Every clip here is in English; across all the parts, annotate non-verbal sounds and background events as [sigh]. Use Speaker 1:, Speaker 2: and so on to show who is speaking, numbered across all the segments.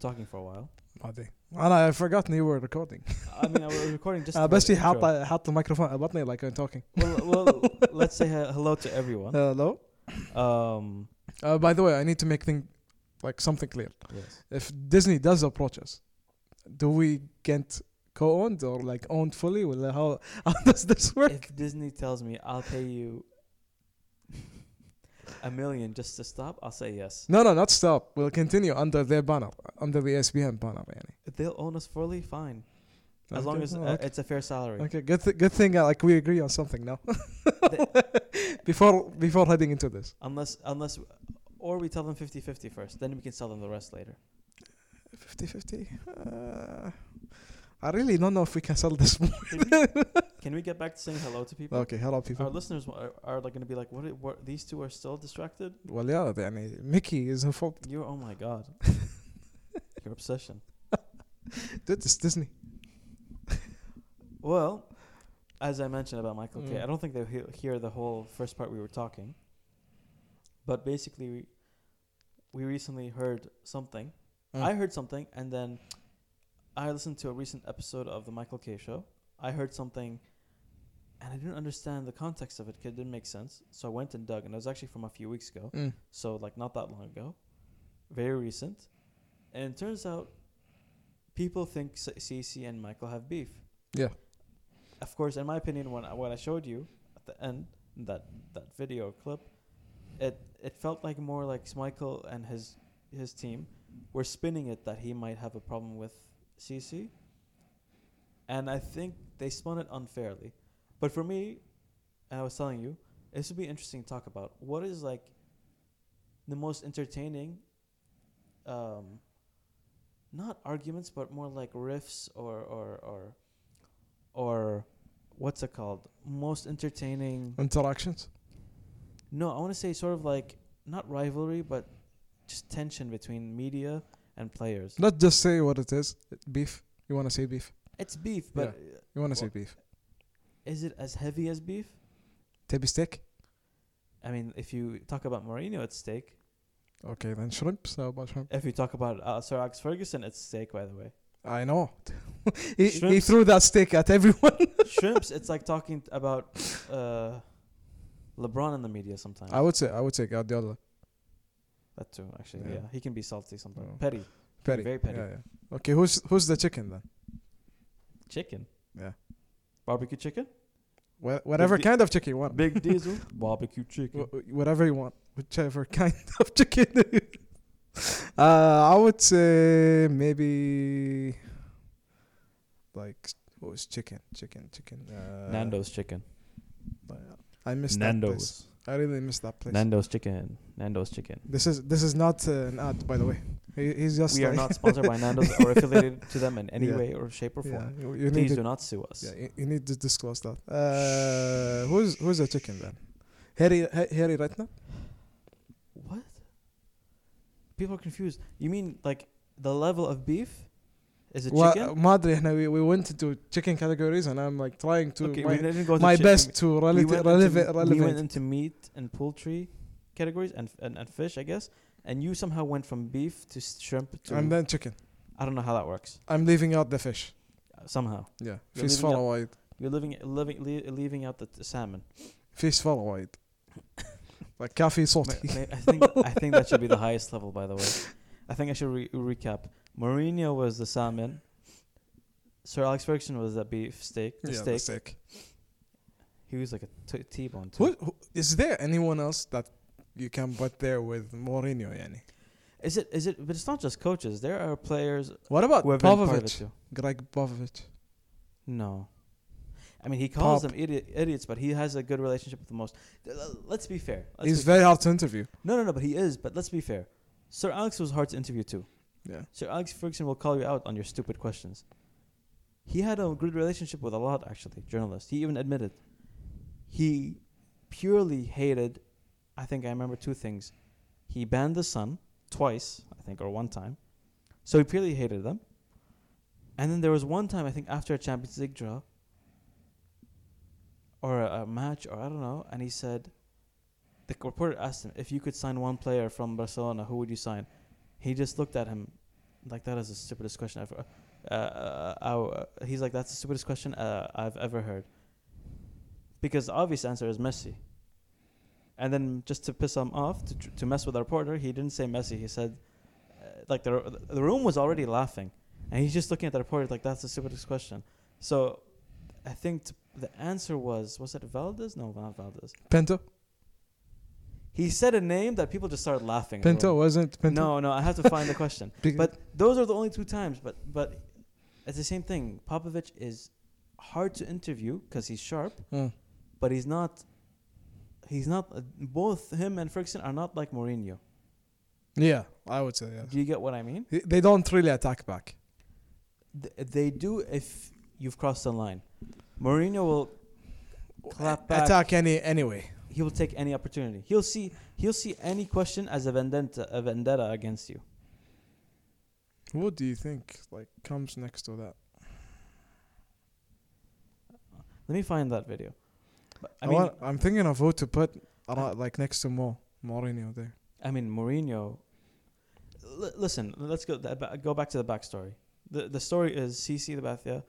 Speaker 1: talking for a while.
Speaker 2: عادي انا I Ah, forgot you were recording
Speaker 1: I mean, I was recording just.
Speaker 2: [laughs] uh,
Speaker 1: for the
Speaker 2: بس
Speaker 1: intro.
Speaker 2: حاط حاط الميكروفون على بطني like I'm talking
Speaker 1: Well, well let's say he- hello to everyone.
Speaker 2: hello
Speaker 1: Um,
Speaker 2: uh, by the way I need to make thing like something clear
Speaker 1: yes.
Speaker 2: if Disney does approach us do we get co-owned or like owned fully ولا how [laughs] how does this work
Speaker 1: If Disney tells me I'll pay you a million just to stop, I'll say yes.
Speaker 2: no no not stop we'll continue under their banner under the ESPN banner يعني
Speaker 1: If they'll own us fully, fine. As long
Speaker 2: Okay.
Speaker 1: as
Speaker 2: Oh,
Speaker 1: uh,
Speaker 2: okay.
Speaker 1: it's a fair salary.
Speaker 2: Okay, good. Th- good thing uh, like we agree on something now. [laughs] before before heading into this,
Speaker 1: Unless, unless, or we tell them 50-50 first. Then we can sell them the rest later.
Speaker 2: 50-50. Uh, I really don't know if we can sell this. one.
Speaker 1: Can we get back to saying hello to people?
Speaker 2: [laughs] okay, hello people.
Speaker 1: Our listeners are, are like going to be like, what, are- what? These two are still distracted.
Speaker 2: Well, yeah, يعني Mickey is involved.
Speaker 1: You're oh my
Speaker 2: [laughs]
Speaker 1: god. Your obsession.
Speaker 2: Dude, it's Disney.
Speaker 1: Well, as I mentioned about Michael K,
Speaker 2: Mm.
Speaker 1: I don't think they'll he- hear the whole first part we were talking. But basically, we, we recently heard something.
Speaker 2: Mm.
Speaker 1: I heard something, and then I listened to a recent episode of the Michael K show. I heard something, and I didn't understand the context of it 'cause it didn't make sense. So I went and dug, and it was actually from a few weeks ago.
Speaker 2: Mm.
Speaker 1: so like not that long ago, very recent, and it turns out people think C- CC and Michael have beef.
Speaker 2: Yeah.
Speaker 1: Of course, in my opinion, when I, what I showed you at the end that that video clip, it it felt like more like s- Michael and his his team were spinning it that he might have a problem with CC, and I think they spun it unfairly. But for me, and I was telling you, this would be interesting to talk about. What is like the most entertaining um not arguments but more like riffs or or or or what's it called most entertaining
Speaker 2: Interactions.
Speaker 1: no i want to say sort of like not rivalry but just tension between media and players
Speaker 2: Not just say what it is. Beef. You want to say beef.
Speaker 1: it's beef but
Speaker 2: You want to say
Speaker 1: Well-
Speaker 2: beef.
Speaker 1: is it as heavy as beef
Speaker 2: Tebby steak.
Speaker 1: i mean if you talk about Mourinho it's steak
Speaker 2: Okay, then shrimps. How about shrimp?
Speaker 1: if you talk about uh, sir alex ferguson it's steak by the
Speaker 2: [laughs]
Speaker 1: way
Speaker 2: I know. he, he
Speaker 1: Shrimps.
Speaker 2: threw that steak at [laughs] everyone.
Speaker 1: shrimps it's like talking t- about uh lebron in the media sometimes
Speaker 2: I would say. I would say Guardiola.
Speaker 1: That too, actually.
Speaker 2: Yeah.
Speaker 1: Yeah, he can be salty sometimes.
Speaker 2: Oh.
Speaker 1: Petty
Speaker 2: Petty.
Speaker 1: very petty.
Speaker 2: Yeah, yeah. Okay, who's who's the chicken then?
Speaker 1: chicken.
Speaker 2: Yeah.
Speaker 1: Barbecue chicken.
Speaker 2: Wha- whatever
Speaker 1: di-
Speaker 2: kind of chicken you want.
Speaker 1: Big
Speaker 2: [laughs]
Speaker 1: diesel. barbecue chicken.
Speaker 2: Wh- whatever you want, whichever [laughs] kind of chicken. uh, I would say maybe like what was chicken, chicken, chicken. Uh,
Speaker 1: Nando's chicken.
Speaker 2: I miss That place.
Speaker 1: Nando's.
Speaker 2: I really miss that place.
Speaker 1: Nando's chicken. Nando's chicken.
Speaker 2: this is this is not uh, an ad, by the way. He, he's just
Speaker 1: We are
Speaker 2: like-
Speaker 1: not sponsored by Nando's or affiliated to them in
Speaker 2: [laughs]
Speaker 1: any
Speaker 2: Yeah.
Speaker 1: way or shape or
Speaker 2: [laughs] Yeah,
Speaker 1: form.
Speaker 2: you, you need
Speaker 1: Please
Speaker 2: to,
Speaker 1: do not sue us.
Speaker 2: yeah, you, you need to disclose that. Uh, who's who's the chicken then? Harry Ha- Harry Ratner?
Speaker 1: What? People are confused. You mean like the level of beef is a
Speaker 2: Well, um,
Speaker 1: chicken?
Speaker 2: ما أدري، إحنا we, we went into chicken categories and I'm like trying to
Speaker 1: okay,
Speaker 2: my-
Speaker 1: we didn't go to
Speaker 2: my
Speaker 1: chick-
Speaker 2: best to
Speaker 1: we
Speaker 2: relevant
Speaker 1: went
Speaker 2: relevant
Speaker 1: into, we went
Speaker 2: relevant
Speaker 1: into meat and poultry categories and, and and fish, I guess. And you somehow went from beef to s- shrimp to
Speaker 2: and then chicken
Speaker 1: I don't know how that works.
Speaker 2: i'm leaving out the fish
Speaker 1: Uh, Somehow
Speaker 2: yeah
Speaker 1: You're
Speaker 2: فيش
Speaker 1: leaving out-
Speaker 2: فلا وايد
Speaker 1: you're living living le- leaving out the t- salmon.
Speaker 2: فيش فلا وايد
Speaker 1: [laughs]
Speaker 2: like كافي
Speaker 1: Ma-
Speaker 2: صوتي
Speaker 1: ma- I think I think that should be the highest level. By the way, I think I should re- recap. Mourinho was the salmon. Sir Alex Ferguson was that beef steak. The
Speaker 2: [laughs] yeah
Speaker 1: steak.
Speaker 2: the steak
Speaker 1: He was like a t- T-bone too.
Speaker 2: who, who is there anyone else that you can put there with Mourinho يعني
Speaker 1: Is it? Is it? But it's not just coaches. There are players
Speaker 2: what about
Speaker 1: who have been part of it
Speaker 2: Pavlovich
Speaker 1: too.
Speaker 2: Greg Pavlovich
Speaker 1: No. I mean, he calls
Speaker 2: Pop.
Speaker 1: them idiot, idiots, but he has a good relationship with the most. Th- l- Let's be fair. Let's
Speaker 2: he's
Speaker 1: be-
Speaker 2: very hard to interview
Speaker 1: no, no, no, but he is. But let's be fair. Sir Alex was hard to interview too.
Speaker 2: yeah
Speaker 1: Sir Alex Ferguson will call you out on your stupid questions. He had a good relationship with a lot, actually, journalists. He even admitted he purely hated. I think I remember two things. He banned the Sun twice, I think, or one time. So he purely hated them. And then there was one time, I think, after a Champions League draw or a, a match, or I don't know, and he said, the reporter asked him, if you could sign one player from Barcelona, who would you sign? He just looked at him like that is the stupidest question I've. Uh, uh, uh, uh, he's like that's the stupidest question uh, I've ever heard. Because the obvious answer is Messi. And then just to piss him off, to, tr- to mess with our reporter, he didn't say Messi. He said, uh, like the r- the room was already laughing, and he's just looking at the reporter like that's the stupidest question. So, I think t- the answer was was it Valdez? No, not Valdez.
Speaker 2: Pinto?
Speaker 1: He said a name that people just started laughing. in the
Speaker 2: Pinto,
Speaker 1: room.
Speaker 2: wasn't Pinto?
Speaker 1: No, no, I have to find the question.
Speaker 2: Big-
Speaker 1: But those are the only two times. But but it's the same thing. Popovich is hard to interview because he's sharp,
Speaker 2: Uh,
Speaker 1: but he's not. He's not. uh, Both him and Frickson are not like Mourinho.
Speaker 2: yeah, I would say, yeah.
Speaker 1: Do you get what I mean?
Speaker 2: They- They don't really attack back.
Speaker 1: Th- they do if you've crossed the line. Mourinho will clap back.
Speaker 2: Attack any anyway.
Speaker 1: He will take any opportunity. He'll see. He'll see any question as a vendetta, a vendetta against you.
Speaker 2: What do you think like comes next to that?
Speaker 1: Let me find that video. But, I
Speaker 2: I
Speaker 1: mean,
Speaker 2: want, I'm thinking of who to put around, like next to Mo Mourinho there.
Speaker 1: I mean, Mourinho. L- listen, let's go that ba- go back to the backstory. The the story is CC the Bathia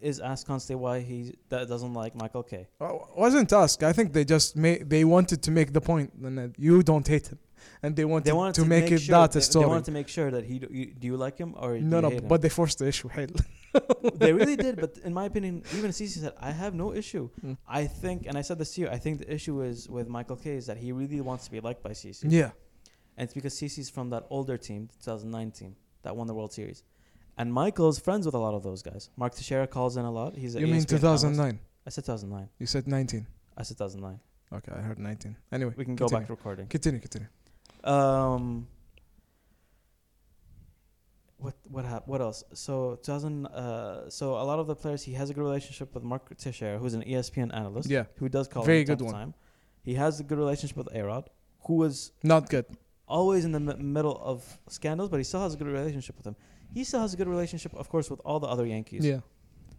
Speaker 1: is asked constantly why he that doesn't like Michael K.
Speaker 2: Well, Oh, wasn't ask. I think they just made. They wanted to make the point and that you don't hate him, and they wanted,
Speaker 1: They wanted
Speaker 2: to, make, it
Speaker 1: sure,
Speaker 2: that
Speaker 1: they,
Speaker 2: a story.
Speaker 1: They wanted to make sure that he do you, do you like him or do
Speaker 2: no,
Speaker 1: you
Speaker 2: no,
Speaker 1: hate him?
Speaker 2: but they forced the issue. Hell.
Speaker 1: [laughs] they really did. But in my opinion, even CC said I have no issue.
Speaker 2: Mm.
Speaker 1: I think, and I said this to you. I think the issue is with Michael K is that he really wants to be liked by CC.
Speaker 2: [laughs] yeah,
Speaker 1: And it's because CC's from that older team, the 2009 team, that won the World Series. And Michael's friends with a lot of those guys. Mark Teixeira calls in a lot. He's a E
Speaker 2: you mean
Speaker 1: ESPN
Speaker 2: 2009?
Speaker 1: analyst. I said 2009.
Speaker 2: You said 19.
Speaker 1: I said 2009.
Speaker 2: Okay, I heard 19. Anyway,
Speaker 1: We can go
Speaker 2: continue.
Speaker 1: back to recording.
Speaker 2: Continue, continue.
Speaker 1: Um, what what hap- What else? So 2000. Uh, so a lot of the players. He has a good relationship with Mark Teixeira, who's an E ESPN analyst.
Speaker 2: Yeah.
Speaker 1: Who does call
Speaker 2: Very
Speaker 1: in from
Speaker 2: good
Speaker 1: time to
Speaker 2: one.
Speaker 1: Time. He has a good relationship with Arod, who was
Speaker 2: Not good.
Speaker 1: always in the m- middle of scandals, but he still has a good relationship with them. He still has a good relationship, of course, with all the other Yankees.
Speaker 2: Yeah.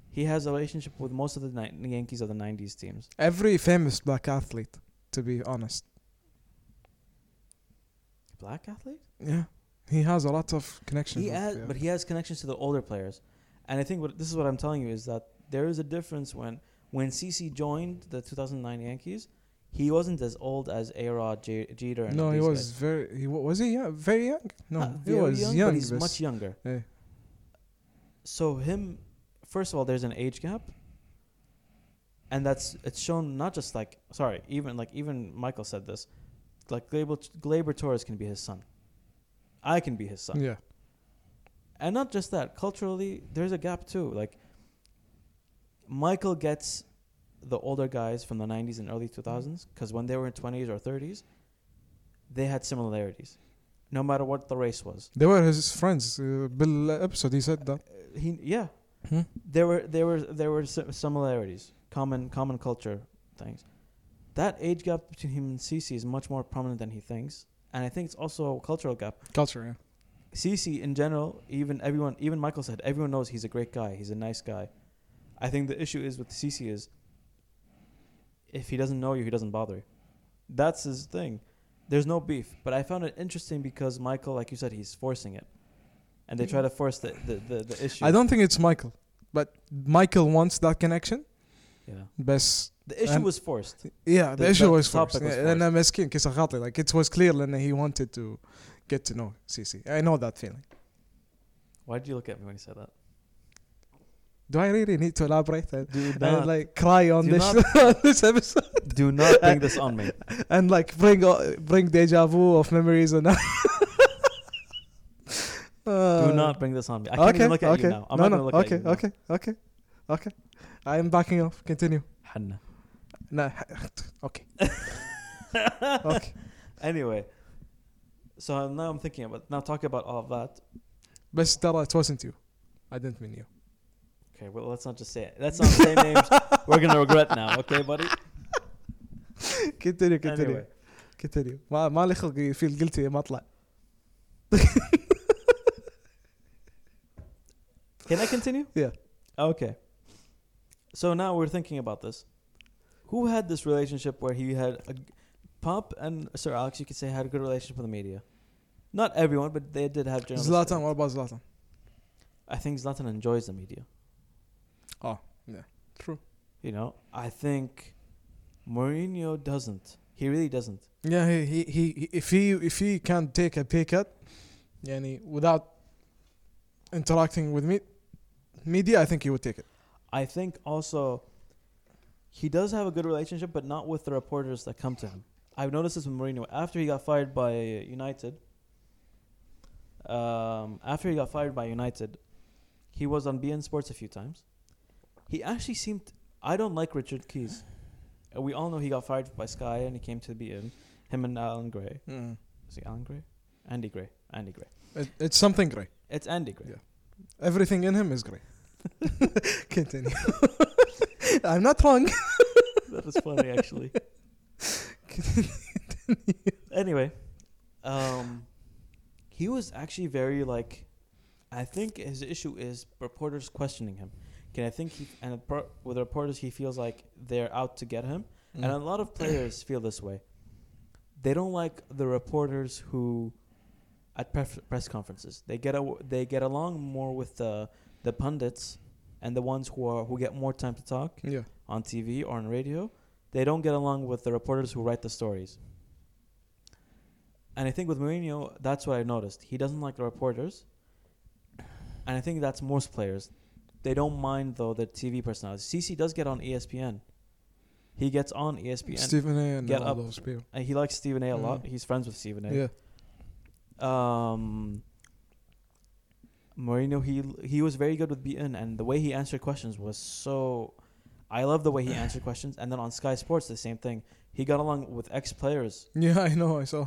Speaker 1: He has a relationship with most of the ni- Yankees of the 90s teams.
Speaker 2: Every famous black athlete, to be honest.
Speaker 1: Black athlete?
Speaker 2: Yeah. He has a lot of connections.
Speaker 1: He
Speaker 2: with,
Speaker 1: has,
Speaker 2: yeah.
Speaker 1: but he has connections to the older players. And I think what this is what I'm telling you is that there is a difference when when CC joined the 2009 Yankees, he wasn't as old as A-Rod, J- Jeter, and
Speaker 2: no, he
Speaker 1: these
Speaker 2: was
Speaker 1: guys.
Speaker 2: very. He wa- was he young? Very young? No,
Speaker 1: Not
Speaker 2: he
Speaker 1: very
Speaker 2: was young.
Speaker 1: but he's
Speaker 2: this-
Speaker 1: much younger.
Speaker 2: Yeah.
Speaker 1: so him first of all there's an age gap and that's it's shown not just like sorry even like even michael said this like glaber, glaber torres can be his son i can be his son
Speaker 2: Yeah.
Speaker 1: and not just that culturally there's a gap too like michael gets the older guys from the 90s and early 2000s
Speaker 2: Mm-hmm.
Speaker 1: because when they were in 20s or 30s they had similarities no matter what the race was
Speaker 2: They were his friends. Uh, Bill episode, he said that.
Speaker 1: Uh, he yeah
Speaker 2: Hmm?
Speaker 1: there were there were there were si- similarities, common common culture things. That age gap between him and Cece is much more prominent than he thinks, and I think it's also a cultural gap.
Speaker 2: Culture, yeah.
Speaker 1: Cece in general, even everyone, even Michael said, everyone knows he's a great guy. He's a nice guy. I think the issue is with Cece is if he doesn't know you, he doesn't bother you. That's his thing. There's no beef, but I found it interesting because Michael, like you said, he's forcing it, and they try to force the the, the, the issue.
Speaker 2: I don't think it's Michael, but Michael wants that connection.
Speaker 1: Yeah.
Speaker 2: بس
Speaker 1: The issue
Speaker 2: And-
Speaker 1: was forced.
Speaker 2: yeah, the,
Speaker 1: The-
Speaker 2: issue
Speaker 1: the
Speaker 2: was
Speaker 1: topic
Speaker 2: forced.
Speaker 1: was
Speaker 2: Yeah, لأنه مسكين كيس خاطي like it was clear لأنه he wanted to get to know CC. I know that feeling.
Speaker 1: Why did you look at me when you said that?
Speaker 2: Do I really need to elaborate and,
Speaker 1: [laughs] Do
Speaker 2: and
Speaker 1: not,
Speaker 2: like cry on
Speaker 1: Do
Speaker 2: this,
Speaker 1: not-
Speaker 2: [laughs] on this episode
Speaker 1: do not bring this on me.
Speaker 2: and like bring uh, bring deja vu of memories and.
Speaker 1: [laughs]
Speaker 2: [laughs]
Speaker 1: Do not bring this on me. I can't even look at
Speaker 2: Uh, okay.
Speaker 1: you now. I'm
Speaker 2: no,
Speaker 1: not
Speaker 2: no.
Speaker 1: gonna look
Speaker 2: okay,
Speaker 1: at you. now.
Speaker 2: okay, okay, okay. I'm backing off. Continue.
Speaker 1: Hanna.
Speaker 2: No, okay, [laughs] okay.
Speaker 1: [laughs] Anyway, so I'm- now I'm thinking about now talk about all of that.
Speaker 2: But Stella, it wasn't you. I didn't mean you.
Speaker 1: Okay, well let's not just say it. Let's not say names.
Speaker 2: [laughs]
Speaker 1: We're gonna regret now. Okay, buddy.
Speaker 2: continue continue
Speaker 1: Anyway,
Speaker 2: continue ما ما لي خلق feel guilty ما اطلع
Speaker 1: can I continue?
Speaker 2: Yeah.
Speaker 1: Okay. So now we're thinking about this. Who had this relationship where he had a, Pop and Sir Alex? You could say had a good relationship with the media. Not everyone, but they did have. journalists.
Speaker 2: زلاتان what about زلاتان
Speaker 1: I think Zlatan enjoys the media.
Speaker 2: Oh, True.
Speaker 1: You know, I think Mourinho doesn't. He really doesn't.
Speaker 2: Yeah, he, he, he if he if he can take a pay cut, يعني without interacting with me, media, I think he would take it.
Speaker 1: I think also he does have a good relationship, but not with the reporters that come to him. I've noticed this with Mourinho. After he got fired by United, um, after he got fired by United, he was on BN Sports a few times. He actually seemed. I don't like Richard Keys. Uh, We all know he got fired by Sky and he came to BN. Him and Alan Gray. Is he Alan Gray? Andy Gray. Andy Gray.
Speaker 2: It, it's something great.
Speaker 1: It's Andy Gray.
Speaker 2: Yeah. Everything in him is great. [laughs] Continue. [laughs] I'm not wrong.
Speaker 1: that is funny actually. anyway, um, he was actually very like, I think his issue is reporters questioning him. Okay, I think he and the pro- with the reporters he feels like they're out to get him, and a
Speaker 2: Mm.
Speaker 1: lot of players feel this way. They don't like the reporters who, at pref- press conferences, they get a, they get along more with the the pundits and the ones who are who get more time to talk
Speaker 2: yeah.
Speaker 1: on TV or on radio, they don't get along with the reporters who write the stories. And I think with Mourinho, that's what I noticed. He doesn't like the reporters. And I think that's most players. They don't mind though the TV personalities. CC does get on E ESPN. He gets on E ESPN.
Speaker 2: Stephen A. and
Speaker 1: Get
Speaker 2: all
Speaker 1: up.
Speaker 2: those people.
Speaker 1: and he likes Stephen A. a lot.
Speaker 2: Mm.
Speaker 1: He's friends with Stephen A.
Speaker 2: Yeah.
Speaker 1: Um, Mourinho, he he was very good with BN, and the way he answered questions was so. I love the way he
Speaker 2: [sighs]
Speaker 1: answered questions, and then on Sky Sports, the same thing. He got along with ex players,
Speaker 2: Yeah, I know. I saw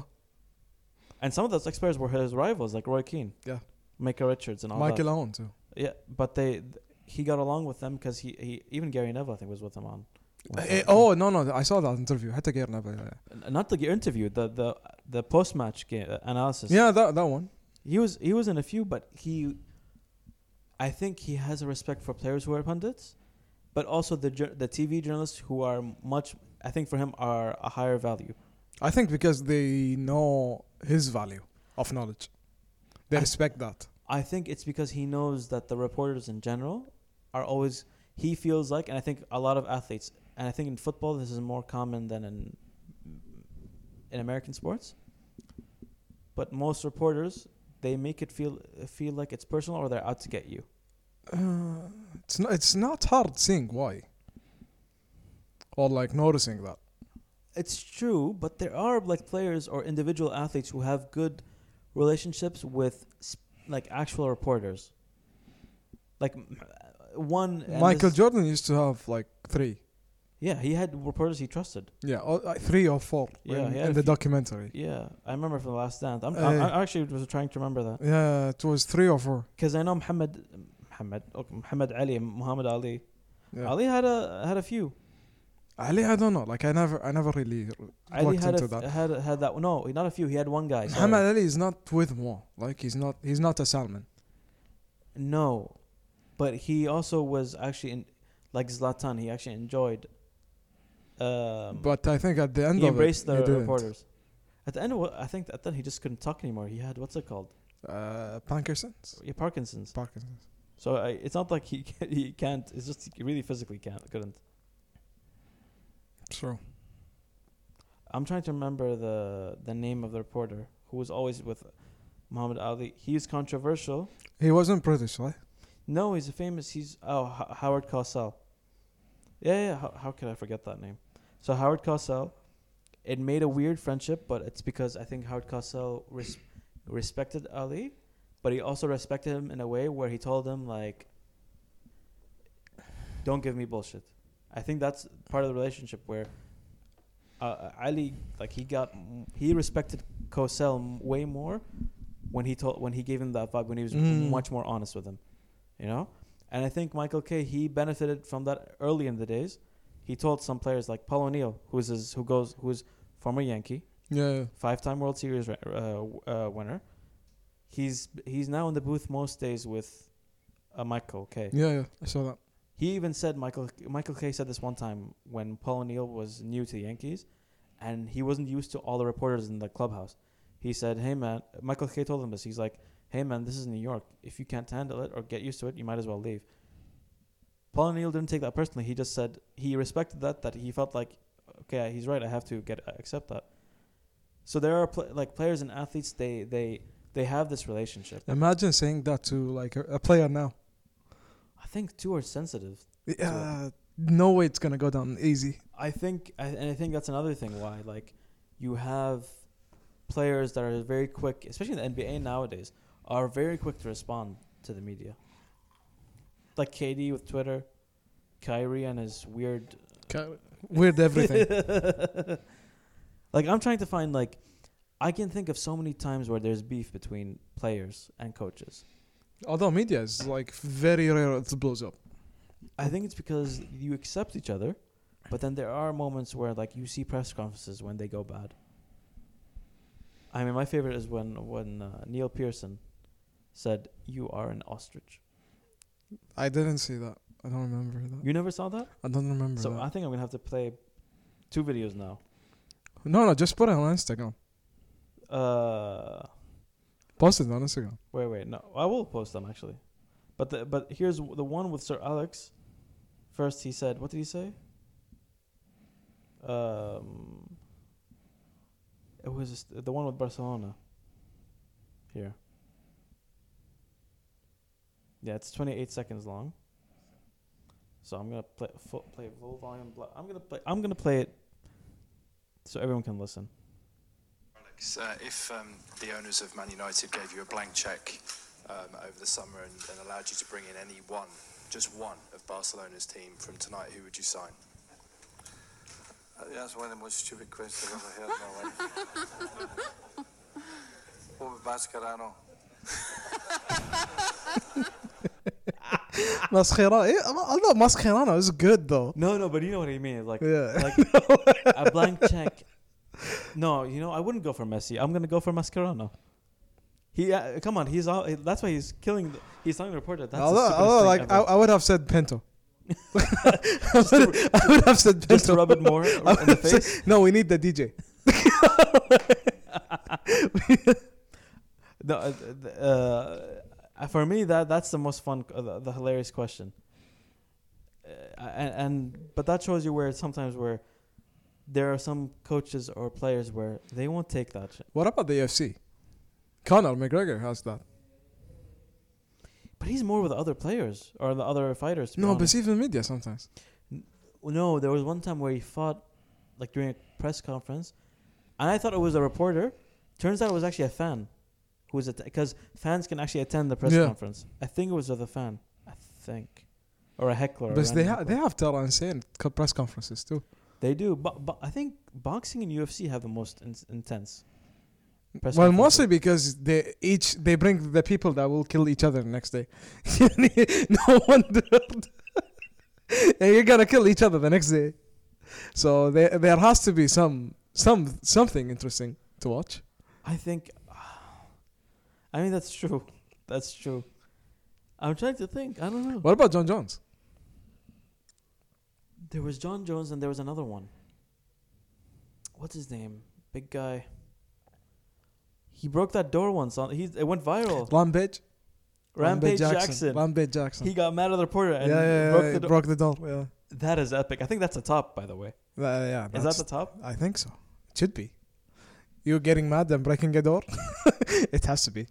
Speaker 1: and some of those ex players were his rivals, like Roy Keane,
Speaker 2: Yeah.
Speaker 1: Micah Richards, and all
Speaker 2: Michael Owen too.
Speaker 1: that. Yeah, but they th- he got along with them because he, he even Gary Neville, I think, was with him on.
Speaker 2: Eh, eh, oh no no! I saw that interview. حتى غير نبا.
Speaker 1: N- not the interview, the the the post match ga- analysis.
Speaker 2: Yeah, that that one.
Speaker 1: He was he was in a few, but he, I think he has a respect for players who are pundits, but also the jour- the TV journalists who are much I think for him are a higher value.
Speaker 2: I think because they know his value of knowledge, they
Speaker 1: I-
Speaker 2: respect that.
Speaker 1: I think it's because he knows that the reporters in general are always he feels like, and I think a lot of athletes, and I think in football this is more common than in in American sports. But most reporters they make it feel feel like it's personal or they're out to get you.
Speaker 2: Uh, it's not. It's not hard seeing why. Or like noticing that.
Speaker 1: It's true, but there are like players or individual athletes who have good relationships with s- like actual reporters. Like m- uh, one and
Speaker 2: Michael
Speaker 1: this-
Speaker 2: Jordan used to have like three.
Speaker 1: Yeah, he had reporters he trusted.
Speaker 2: Yeah, or, uh, three or four.
Speaker 1: Yeah,
Speaker 2: in,
Speaker 1: he had
Speaker 2: in
Speaker 1: a
Speaker 2: the
Speaker 1: few.
Speaker 2: documentary.
Speaker 1: Yeah, I remember from the last dance. I'm,
Speaker 2: Uh,
Speaker 1: I'm, I actually was trying to remember that
Speaker 2: Yeah, it was three or four.
Speaker 1: because I know Muhammad, Muhammad, okay, Muhammad Ali, Muhammad Ali.
Speaker 2: Yeah.
Speaker 1: Ali had a had a few.
Speaker 2: Ali, I don't know. Like I never, I never really.
Speaker 1: Ali
Speaker 2: Looked
Speaker 1: had a,
Speaker 2: into that.
Speaker 1: f- had had that. No, not a few. He had one guy. sorry.
Speaker 2: Muhammad Ali is not with Mo. Like he's not, he's not a Salman.
Speaker 1: No, but he also was actually in, like Zlatan. He actually enjoyed. Um,
Speaker 2: But I think at the end
Speaker 1: he
Speaker 2: of
Speaker 1: embraced
Speaker 2: it, he
Speaker 1: the
Speaker 2: didn't.
Speaker 1: reporters. At the end, of, it, I think at then he just couldn't talk anymore. He had what's it called?
Speaker 2: Uh, Parkinson's.
Speaker 1: Yeah, Parkinson's.
Speaker 2: Parkinson's.
Speaker 1: So I, it's not like he [laughs] can, he can't. It's just he really physically can't couldn't.
Speaker 2: True.
Speaker 1: I'm trying to remember the the name of the reporter who was always with Muhammad Ali. He's controversial.
Speaker 2: He wasn't British, right?
Speaker 1: No, he's a famous. He's oh Ho- Howard Cosell. Yeah, yeah. How, how could I forget that name? So Howard Cosell, it made a weird friendship, but it's because I think Howard Cosell res- respected Ali, but he also respected him in a way where he told him like, "Don't give me bullshit." I think that's part of the relationship where uh, Ali like he got m- he respected Cosell m- way more when he told when he gave him that vibe when he was
Speaker 2: Mm.
Speaker 1: much more honest with him, you know. And I think Michael K he benefited from that early in the days. He told some players like Paul O'Neill, who's his, who goes who's former Yankee,
Speaker 2: Yeah.
Speaker 1: five-time World Series re- uh, w- uh, winner. He's he's now in the booth most days with uh, Michael K.
Speaker 2: Yeah, yeah. I saw that.
Speaker 1: He even said Michael Michael Kay said this one time when Paul O'Neill was new to the Yankees, and he wasn't used to all the reporters in the clubhouse. He said, "Hey man," Michael Kay told him this. He's like, hey man, this is New York. If you can't handle it or get used to it, you might as well leave. Paul O'Neill didn't take that personally. He just said he respected that. That he felt like, okay, he's right. I have to get accept that. So there are pl- like players and athletes. They they they have this relationship.
Speaker 2: Imagine saying that to like a, a player now.
Speaker 1: I think two are sensitive.
Speaker 2: Uh, no way it's gonna go down easy.
Speaker 1: I think, I, and I think that's another thing why, like, you have players that are very quick, especially in the NBA nowadays, are very quick to respond to the media. Like KD with Twitter, Kyrie and his weird.
Speaker 2: Weird everything.
Speaker 1: [laughs] like, I'm trying to find, like, I can think of so many times where there's beef between players and coaches.
Speaker 2: Although media is like very rare it blows up.
Speaker 1: I think it's because you accept each other, but then there are moments where like you see press conferences when they go bad. I mean, my favorite is when when uh, Neil Pearson said, "You are an ostrich."
Speaker 2: I didn't see that. I don't remember that.
Speaker 1: You never saw that,
Speaker 2: I don't remember
Speaker 1: so
Speaker 2: that.
Speaker 1: I think I'm gonna have to play two videos now.
Speaker 2: no, no, just put it on Instagram.
Speaker 1: Uh,
Speaker 2: Post it on
Speaker 1: [laughs]
Speaker 2: Instagram.
Speaker 1: wait, wait, no, I will post them actually, but the but here's w- the one with Sir Alex. First, he said, "What did he say?" Um, it was just the one with Barcelona. Here. Yeah, it's 28 seconds long. So I'm gonna play full, play full volume. bl- I'm gonna play. I'm gonna play it so everyone can listen.
Speaker 3: Alex, uh, if um, the owners of Man United gave you a blank check um, over the summer and, and allowed you to bring in any one, just one of Barcelona's team from tonight, who would you sign?
Speaker 4: Uh, yeah, That's one of the most stupid questions I've ever heard in my life. Over Bascarano.
Speaker 2: Mascherano. eh, Although Mascherano is good though.
Speaker 1: No, no, but you know what I mean. Like,
Speaker 2: Yeah. [laughs]
Speaker 1: like a blank check. No, you know I wouldn't go for Messi. I'm gonna go for Mascherano. He uh, come on, he's all. That's why he's killing. The, he's telling the reporter. That's
Speaker 2: although, although like I, I would have said Pinto. [laughs] I, would, [laughs] I would have said Pinto.
Speaker 1: just to rub it more in
Speaker 2: I would
Speaker 1: the
Speaker 2: have said-
Speaker 1: face.
Speaker 2: [laughs] no, we need the DJ. [laughs]
Speaker 1: No, uh, th- uh, uh, for me that that's the most fun, uh, the, the hilarious question. Uh, and, and but that shows you where sometimes where there are some coaches or players where they won't take that shit.
Speaker 2: What about the UFC? Conor McGregor has that.
Speaker 1: But he's more with other players or the other fighters. to be
Speaker 2: No,
Speaker 1: honest.
Speaker 2: but even media sometimes.
Speaker 1: Well, No, there was one time where he fought, like during a press conference, and I thought it was a reporter. Turns out it was actually a fan, who was because fans can actually attend the press
Speaker 2: Yeah.
Speaker 1: conference. I think it was with a fan. I think, or a heckler. a
Speaker 2: But they
Speaker 1: random
Speaker 2: ha- they
Speaker 1: heckler.
Speaker 2: have Tara insane co- press conferences too.
Speaker 1: They do, but, but I think boxing and UFC have the most in- intense. press
Speaker 2: well,
Speaker 1: conferences.
Speaker 2: mostly because they each they bring the people that will kill each other next day. [laughs] no [laughs] wonder. and you're gonna kill each other the next day, so there there has to be some some something interesting to watch.
Speaker 1: I think. [sighs] I mean, that's true. [laughs] That's true. I'm trying to think. I don't know.
Speaker 2: What about John Jones?
Speaker 1: There was John Jones and there was another one. What's his name? Big guy. He broke that door once. On he, it went viral.
Speaker 2: Rampage.
Speaker 1: Rampage Jackson.
Speaker 2: Rampage Jackson.
Speaker 1: He got mad at the reporter
Speaker 2: yeah,
Speaker 1: and
Speaker 2: yeah, yeah,
Speaker 1: broke
Speaker 2: yeah,
Speaker 1: the
Speaker 2: he
Speaker 1: door.
Speaker 2: broke the door. Yeah,
Speaker 1: that is epic. I think that's a top, by the way.
Speaker 2: Uh, yeah.
Speaker 1: Is that
Speaker 2: that's-
Speaker 1: the top?
Speaker 2: I think so. It should be. You're getting mad and breaking a door. [laughs] it has to be.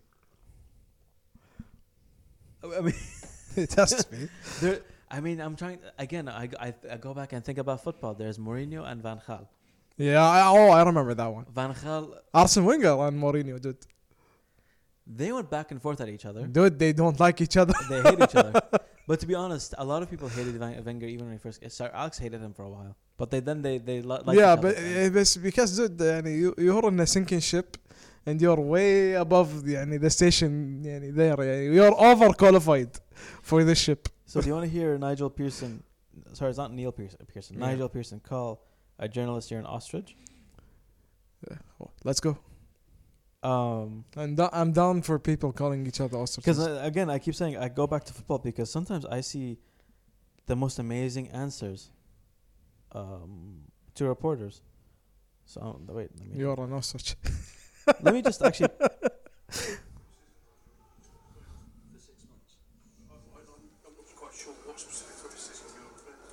Speaker 1: I mean,
Speaker 2: [laughs] It has to be.
Speaker 1: there, I mean, I'm trying again. I, I, I go back and think about football. There's Mourinho and Van Gaal.
Speaker 2: Yeah. I, oh, I remember that one.
Speaker 1: Van Gaal,
Speaker 2: Arsene Wenger and Mourinho, dude.
Speaker 1: they went back and forth at each other.
Speaker 2: Dude, they don't like each other.
Speaker 1: they hate each other. [laughs] But to be honest, a lot of people hated Van- Wenger even when he first. Sir Alex hated him for a while, but they then they they li- liked
Speaker 2: yeah,
Speaker 1: each other
Speaker 2: but
Speaker 1: then.
Speaker 2: it's because dude, يعني, you, you're on a sinking ship, and you're way above the, يعني, the station. يعني, there, يعني, you're overqualified for this ship.
Speaker 1: So [laughs] do you want to hear Nigel Pearson? Sorry, it's not Neil Pearson. Pearson
Speaker 2: Yeah.
Speaker 1: Nigel Pearson call a journalist here in Ostrich.
Speaker 2: Let's go.
Speaker 1: Um,
Speaker 2: And do- I'm down for people calling each other ostriches.
Speaker 1: because uh, again, I keep saying I go back to football because sometimes I see the most amazing answers um, to reporters. So um, [laughs] wait, let me [laughs]
Speaker 2: You're an ostrich.
Speaker 1: let me just actually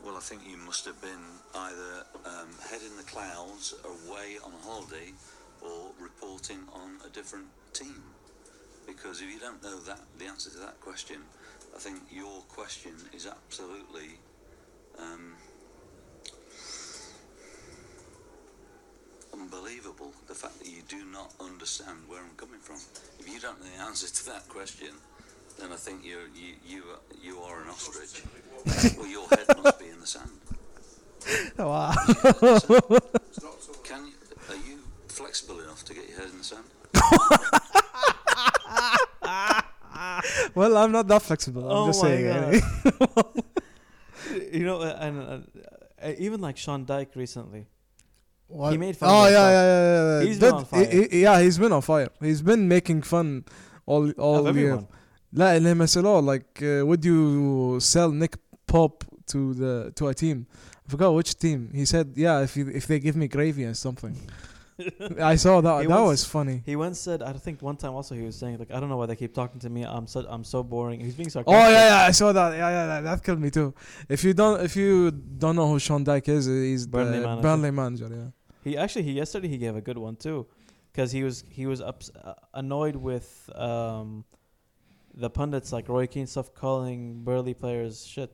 Speaker 5: Well, I think you must have been either um, head in the clouds, away on holiday, or reporting on a different team. Because if you don't know that the answer to that question, I think your question is absolutely. Um, unbelievable the fact that you do not understand where I'm coming from. If you don't know the answer to that question, then I think you're, you you you are an ostrich. well, your head must be in the sand.
Speaker 2: Wow.
Speaker 5: Can you, are you flexible enough to get your head in the sand?
Speaker 2: Well, I'm not that flexible. I'm
Speaker 1: Oh
Speaker 2: just
Speaker 1: my
Speaker 2: saying. eh?
Speaker 1: God. [laughs]
Speaker 2: anyway.
Speaker 1: you know, uh, and uh, uh, even like Sean Dyke recently.
Speaker 2: What?
Speaker 1: made fun
Speaker 2: Oh
Speaker 1: of himself.
Speaker 2: yeah, yeah, yeah, yeah.
Speaker 1: He's been
Speaker 2: That-
Speaker 1: on fire.
Speaker 2: he- he- yeah, he's been on fire. He's been making fun all all
Speaker 1: of
Speaker 2: year.
Speaker 1: everyone.
Speaker 2: لا الام اس like uh, would you sell Nick Pope to the to a team? I forgot which team. He said, yeah, if you, if they give me gravy and
Speaker 1: [laughs]
Speaker 2: something. I saw that.
Speaker 1: He
Speaker 2: that
Speaker 1: wants-
Speaker 2: was funny.
Speaker 1: He once said, I think one time also he was saying like, I don't know why they keep talking to me. I'm so I'm so boring. He's being sarcastic.
Speaker 2: Oh yeah, yeah, I saw that. Yeah, yeah, that, that killed me too. If you don't, if you don't know who Sean Dyke is, he's
Speaker 1: Burnley
Speaker 2: the
Speaker 1: manager.
Speaker 2: Burnley manager. Yeah.
Speaker 1: He actually he yesterday he gave a good one too, because he was he was ups, uh, annoyed with um, the pundits like Roy Keane stuff calling burly players shit,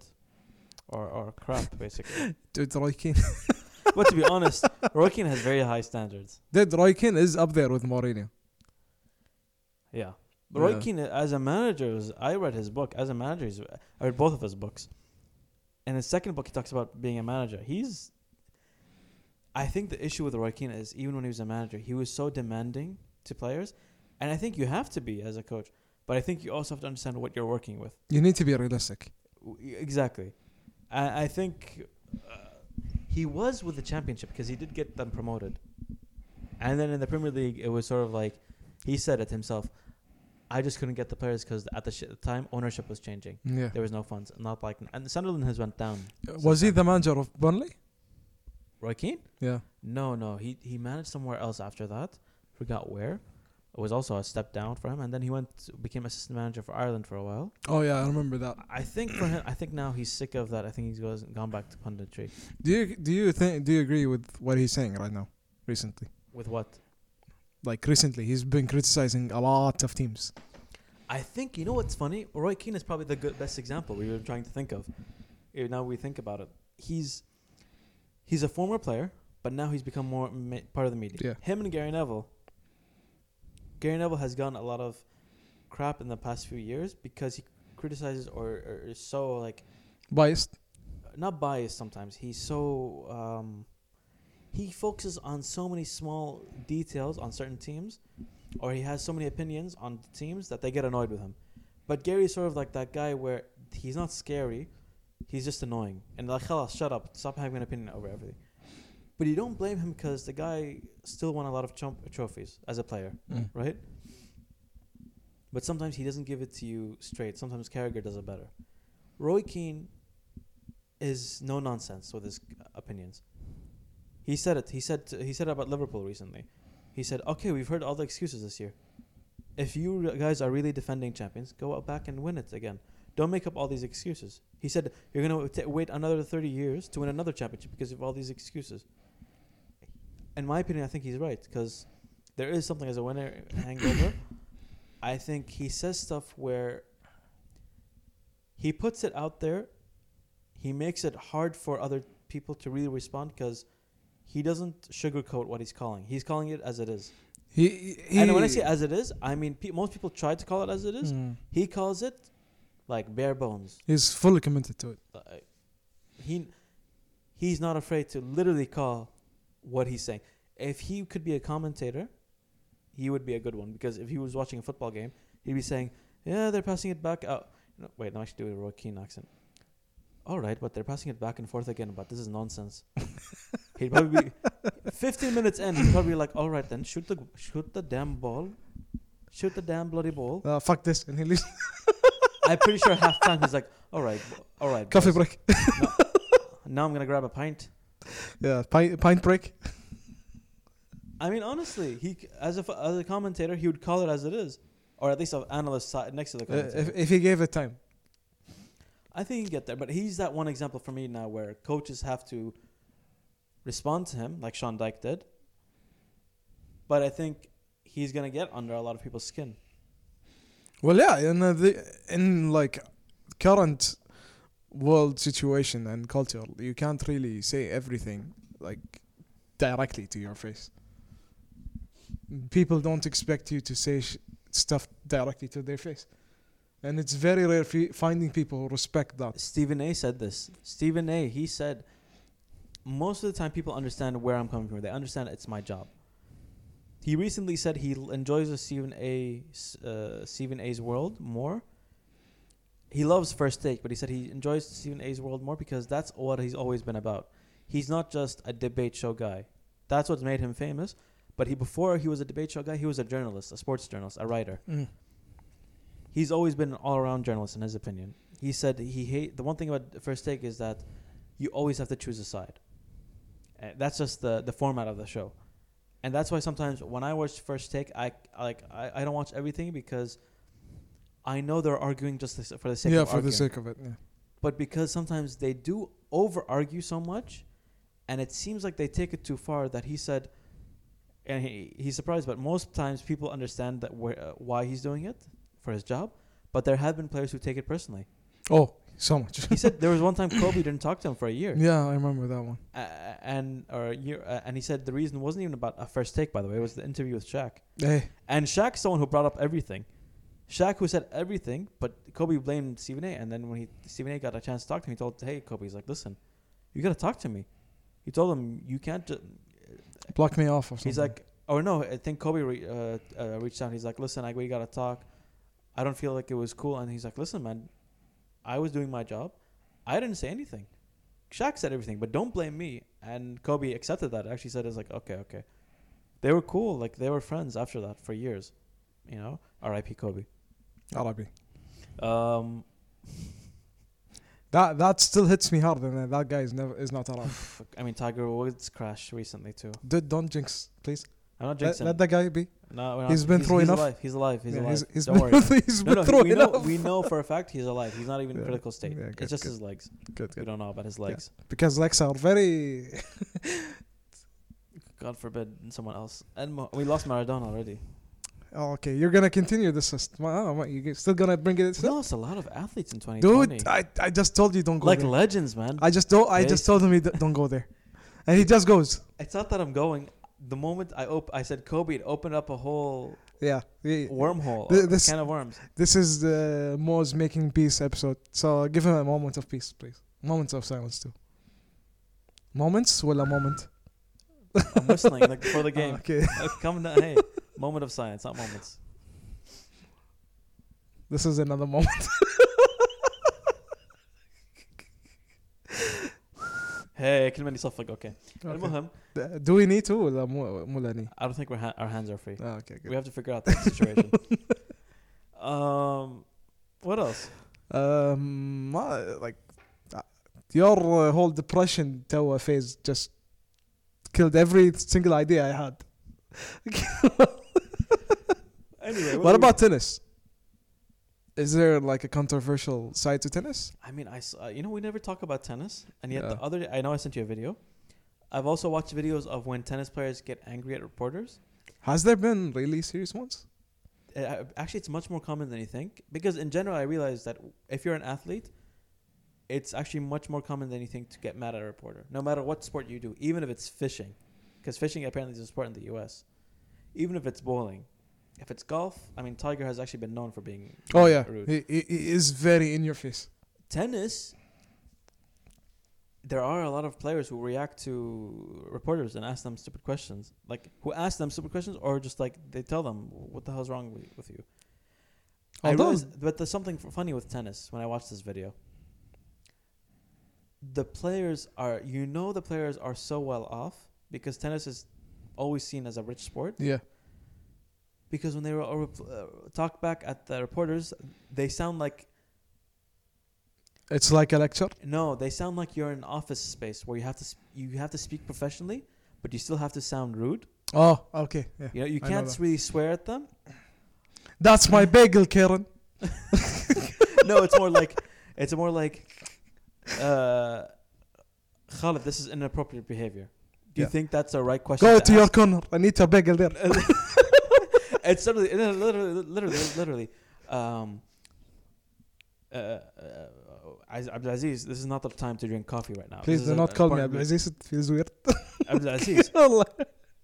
Speaker 1: or or crap basically.
Speaker 2: Dude, Roy Keane.
Speaker 1: but to be honest, Roy Keane has very high standards.
Speaker 2: Dude, Roy Keane is up there with Mourinho.
Speaker 1: Yeah. But Roy
Speaker 2: Yeah.
Speaker 1: Keane, as a manager, was, I read his book. As a manager, he's, I read both of his books. And his second book, he talks about being a manager. He's. I think the issue with Roy Keane is even when he was a manager, he was so demanding to players. And I think you have to be as a coach. But I think you also have to understand what you're working with.
Speaker 2: You need to be realistic.
Speaker 1: W- e, Exactly. I, I think uh, he was with the championship because he did get them promoted. And then in the Premier League, it was sort of like he said it himself. I just couldn't get the players because at the sh- time ownership was changing.
Speaker 2: Yeah.
Speaker 1: There was no funds, not like and Sunderland has went down.
Speaker 2: Was he the manager of Burnley?
Speaker 1: Roy Keane?
Speaker 2: Yeah.
Speaker 1: No, no. He he managed somewhere else after that. Forgot where. It was also a step down for him, and then he went became assistant manager for Ireland for a while.
Speaker 2: Oh yeah, I remember that.
Speaker 1: I [coughs] think for him, I think now he's sick of that. I think he's goes, gone back to punditry.
Speaker 2: Do you do you think do you agree with what he's saying right now? Recently,
Speaker 1: With what?
Speaker 2: like recently, he's been criticizing a lot of teams.
Speaker 1: I think you know what's funny. Roy Keane is probably the good, best example we were trying to think of. Eh, Now we think about it, he's he's a former player, but now he's become more ma- part of the media.
Speaker 2: Yeah.
Speaker 1: Him and Gary Neville. Gary Neville has gotten a lot of crap in the past few years because he criticizes or, or is so like
Speaker 2: Biased.
Speaker 1: not biased sometimes. He's so um, he focuses on so many small details on certain teams, or he has so many opinions on teams that they get annoyed with him. But Gary's sort of like that guy where he's not scary, he's just annoying. And like, خلاص, shut up, stop having an opinion over everything. But you don't blame him because the guy still won a lot of chump trophies as a player,
Speaker 2: Mm.
Speaker 1: right? But sometimes he doesn't give it to you straight. Sometimes Carragher does it better. Roy Keane is no nonsense with his opinions. He said it. He said he said about Liverpool recently. He said, "Okay, we've heard all the excuses this year. If you re- guys are really defending champions, go out back and win it again. Don't make up all these excuses." He said, "You're going to wait another 30 years to win another championship because of all these excuses." In my opinion, I think he's right because there is something as a winner hangover.
Speaker 2: [coughs]
Speaker 1: I think he says stuff where he puts it out there he makes it hard for other people to really respond because he doesn't sugarcoat what he's calling. He's calling it as it is.
Speaker 2: He, he
Speaker 1: and when I say as it is, I mean pe- most people try to call it as it is.
Speaker 2: Mm.
Speaker 1: He calls it like bare bones.
Speaker 2: he's fully committed to it.
Speaker 1: Like, he he's not afraid to literally call what he's saying. If he could be a commentator, he would be a good one because if he was watching a football game, he'd be saying, "Yeah, they're passing it back out." No, wait, no, I should do a Roy Keane accent. All right, but they're passing it back and forth again. But this is nonsense. he'd probably be fifteen minutes in. He'd probably be like, "All right, then shoot the shoot the damn ball, shoot the damn bloody ball."
Speaker 2: Uh, fuck this, and he leaves. [laughs]
Speaker 1: I'm pretty sure half time he's like, "All right, all right,
Speaker 2: Coffee
Speaker 1: boys.
Speaker 2: break.
Speaker 1: Now I'm gonna grab a pint."
Speaker 2: yeah, pint, pint break.
Speaker 1: I mean, honestly, he c- as a f- as a commentator, he would call it as it is, or at least an analyst side next to the
Speaker 2: Uh, if,
Speaker 1: commentator.
Speaker 2: if he gave it time.
Speaker 1: I think he can get there. But he's that one example for me now where coaches have to respond to him, like Sean Dyke did. But I think he's gonna get under a lot of people's skin.
Speaker 2: Well, yeah, in uh, the in like current world situation and culture, you can't really say everything like directly to your face. People don't expect you to say sh- stuff directly to their face, and it's very rare fi- finding people who respect that.
Speaker 1: Stephen A. said this. Stephen A. He said, most of the time people understand where I'm coming from. They understand it's my job. He recently said he l- enjoys the Stephen A. 's, Uh, Stephen A.'s world more. He loves First Take, but he said he enjoys Stephen A.'s world more because that's what he's always been about. He's not just a debate show guy. That's what's made him famous. But he before he was a debate show guy, he was a journalist, a sports journalist, a writer
Speaker 2: Mm.
Speaker 1: he's always been an all-around journalist in his opinion. He said he hate the one thing about First Take is that you always have to choose a side. Uh, that's just the the format of the show, and that's why sometimes when I watch First Take, I I like I, I don't watch everything because I know they're arguing just the s- for the sake
Speaker 2: Yeah,
Speaker 1: of
Speaker 2: for the
Speaker 1: arguing.
Speaker 2: sake of it. Yeah.
Speaker 1: but because sometimes they do over argue so much, and it seems like they take it too far. That he said. And he, he's surprised, but most times people understand that where, uh, why he's doing it for his job. But there have been players who take it personally.
Speaker 2: Oh, so much.
Speaker 1: He
Speaker 2: [laughs]
Speaker 1: said there was one time Kobe didn't talk to him for a year,
Speaker 2: yeah, I remember that one.
Speaker 1: uh, and or a year, uh, and he said the reason wasn't even about a first take. By the way, it was the interview with Shaq,
Speaker 2: Hey,
Speaker 1: and Shaq's someone who brought up everything. Shaq who said everything, but Kobe blamed Stephen A. And then when he Stephen A. got a chance to talk to him, he told, "Hey, Kobe, he's like, listen, you got to talk to me." He told him, "You can't." Ju-
Speaker 2: block me off or something.
Speaker 1: he's like, or no, I think Kobe re- uh, uh, reached out. He's like, listen, I, we got to talk. I don't feel like it was cool. And he's like, listen, man, I was doing my job. I didn't say anything. Shaq said everything, but don't blame me. And Kobe accepted that. Actually said, it's like, okay, okay. They were cool. Like, they were friends after that for years, you know? R.I.P. Kobe.
Speaker 2: Arabi.
Speaker 1: Um,
Speaker 2: That that still hits me hard, and that guy is never is not Arabi.
Speaker 1: fuck, I mean, Tiger Woods crashed recently, too.
Speaker 2: Dude, don't jinx, please.
Speaker 1: I'm not
Speaker 2: Let,
Speaker 1: jinxing.
Speaker 2: let that guy be.
Speaker 1: no, we're not-
Speaker 2: he's been through
Speaker 1: he's
Speaker 2: enough.
Speaker 1: Alive. He's alive. He's
Speaker 2: Yeah,
Speaker 1: alive.
Speaker 2: He's, he's
Speaker 1: don't
Speaker 2: been,
Speaker 1: worry.
Speaker 2: [laughs] he's
Speaker 1: No,
Speaker 2: been
Speaker 1: no,
Speaker 2: through
Speaker 1: we
Speaker 2: enough.
Speaker 1: know we know for a fact he's alive. He's not even in
Speaker 2: Yeah.
Speaker 1: critical state.
Speaker 2: Yeah, good,
Speaker 1: it's just
Speaker 2: good.
Speaker 1: his legs.
Speaker 2: Good,
Speaker 1: We
Speaker 2: good.
Speaker 1: don't know about his legs.
Speaker 2: Because Lex are very. [laughs]
Speaker 1: God forbid someone else. And Mo- we lost Maradona already.
Speaker 2: Oh, okay, you're gonna continue this. list. Ma- oh, ma- You're still gonna bring it.
Speaker 1: We
Speaker 2: Still?
Speaker 1: lost a lot of athletes in 2020.
Speaker 2: Dude, I, I just told you don't go
Speaker 1: like
Speaker 2: there.
Speaker 1: legends, man.
Speaker 2: I just don't. I just
Speaker 1: Jason.
Speaker 2: told him he d- don't go there, and he just goes.
Speaker 1: it's not that I'm going. The moment I op- I said Kobe, it opened up a whole
Speaker 2: Yeah, he-
Speaker 1: wormhole,
Speaker 2: Th-
Speaker 1: a
Speaker 2: this-
Speaker 1: can of worms.
Speaker 2: this is the Mo's making peace episode. So give him a moment of peace, please. Moments of silence too. Moments, well, a moment. Ah,
Speaker 1: I'm whistling like before
Speaker 2: [laughs]
Speaker 1: the game.
Speaker 2: Okay,
Speaker 1: Uh, Come down, hey, moment of silence, not moments.
Speaker 2: this is another moment.
Speaker 1: Hey, كل من يصفق okay.
Speaker 2: Okay.
Speaker 1: المهم,
Speaker 2: D- Do we need to ولا مو مو لاني؟
Speaker 1: I don't think we're ha- our hands are free.
Speaker 2: Ah, okay, good.
Speaker 1: We have to figure out that
Speaker 2: [laughs]
Speaker 1: situation. um, what else?
Speaker 2: Um, ما- like uh, your uh, whole depression tower phase just killed every single idea I had.
Speaker 1: Anyway,
Speaker 2: What about tennis? Is there like a controversial side to tennis?
Speaker 1: I mean, I saw, you know we never talk about tennis, and yet the
Speaker 2: Yeah.
Speaker 1: other day, I know I sent you a video. I've also watched videos of when tennis players get angry at reporters.
Speaker 2: Has there been really serious ones?
Speaker 1: Uh, uh, actually, it's much more common than you think because in general, I realized that if you're an athlete, it's actually much more common than you think to get mad at a reporter, no matter what sport you do, even if it's fishing, because fishing apparently is a sport in the U.S. Even if it's bowling, if it's golf, I mean, Tiger has actually been known for being
Speaker 2: Oh yeah,
Speaker 1: rude.
Speaker 2: it, it, it is very in your face.
Speaker 1: tennis there are a lot of players who react to reporters and ask them stupid questions like who ask them stupid questions or just like they tell them what the hell's wrong with, with you I
Speaker 2: Although-
Speaker 1: realized, but there's something f- funny with tennis when i watched this video the players are you know the players are so well off because tennis is always seen as a rich sport
Speaker 2: Yeah,
Speaker 1: because when they were all rep- uh, talk back at the reporters they sound like
Speaker 2: it's like a lecture.
Speaker 1: No, they sound like you're in an office space where you have to sp- you have to speak professionally, but you still have to sound rude.
Speaker 2: Oh, okay. Yeah.
Speaker 1: You know, you
Speaker 2: I know
Speaker 1: can't
Speaker 2: that.
Speaker 1: really swear at them.
Speaker 2: That's my bagel, Karen.
Speaker 1: No, it's more like It's more like, uh, Khalid, this is inappropriate behavior. Do you
Speaker 2: Yeah.
Speaker 1: think that's the right question?
Speaker 2: Go
Speaker 1: to
Speaker 2: to your
Speaker 1: ask? [laughs]
Speaker 2: corner. I need to bagel there.
Speaker 1: it's literally, literally, literally, literally. Um, uh, uh, Az- Abdulaziz, this is not the time to drink coffee right now.
Speaker 2: Please
Speaker 1: This
Speaker 2: do
Speaker 1: is
Speaker 2: not
Speaker 1: a-
Speaker 2: call me
Speaker 1: part of the-
Speaker 2: Abdulaziz. It feels weird.
Speaker 1: [laughs] Abdulaziz,
Speaker 2: والله.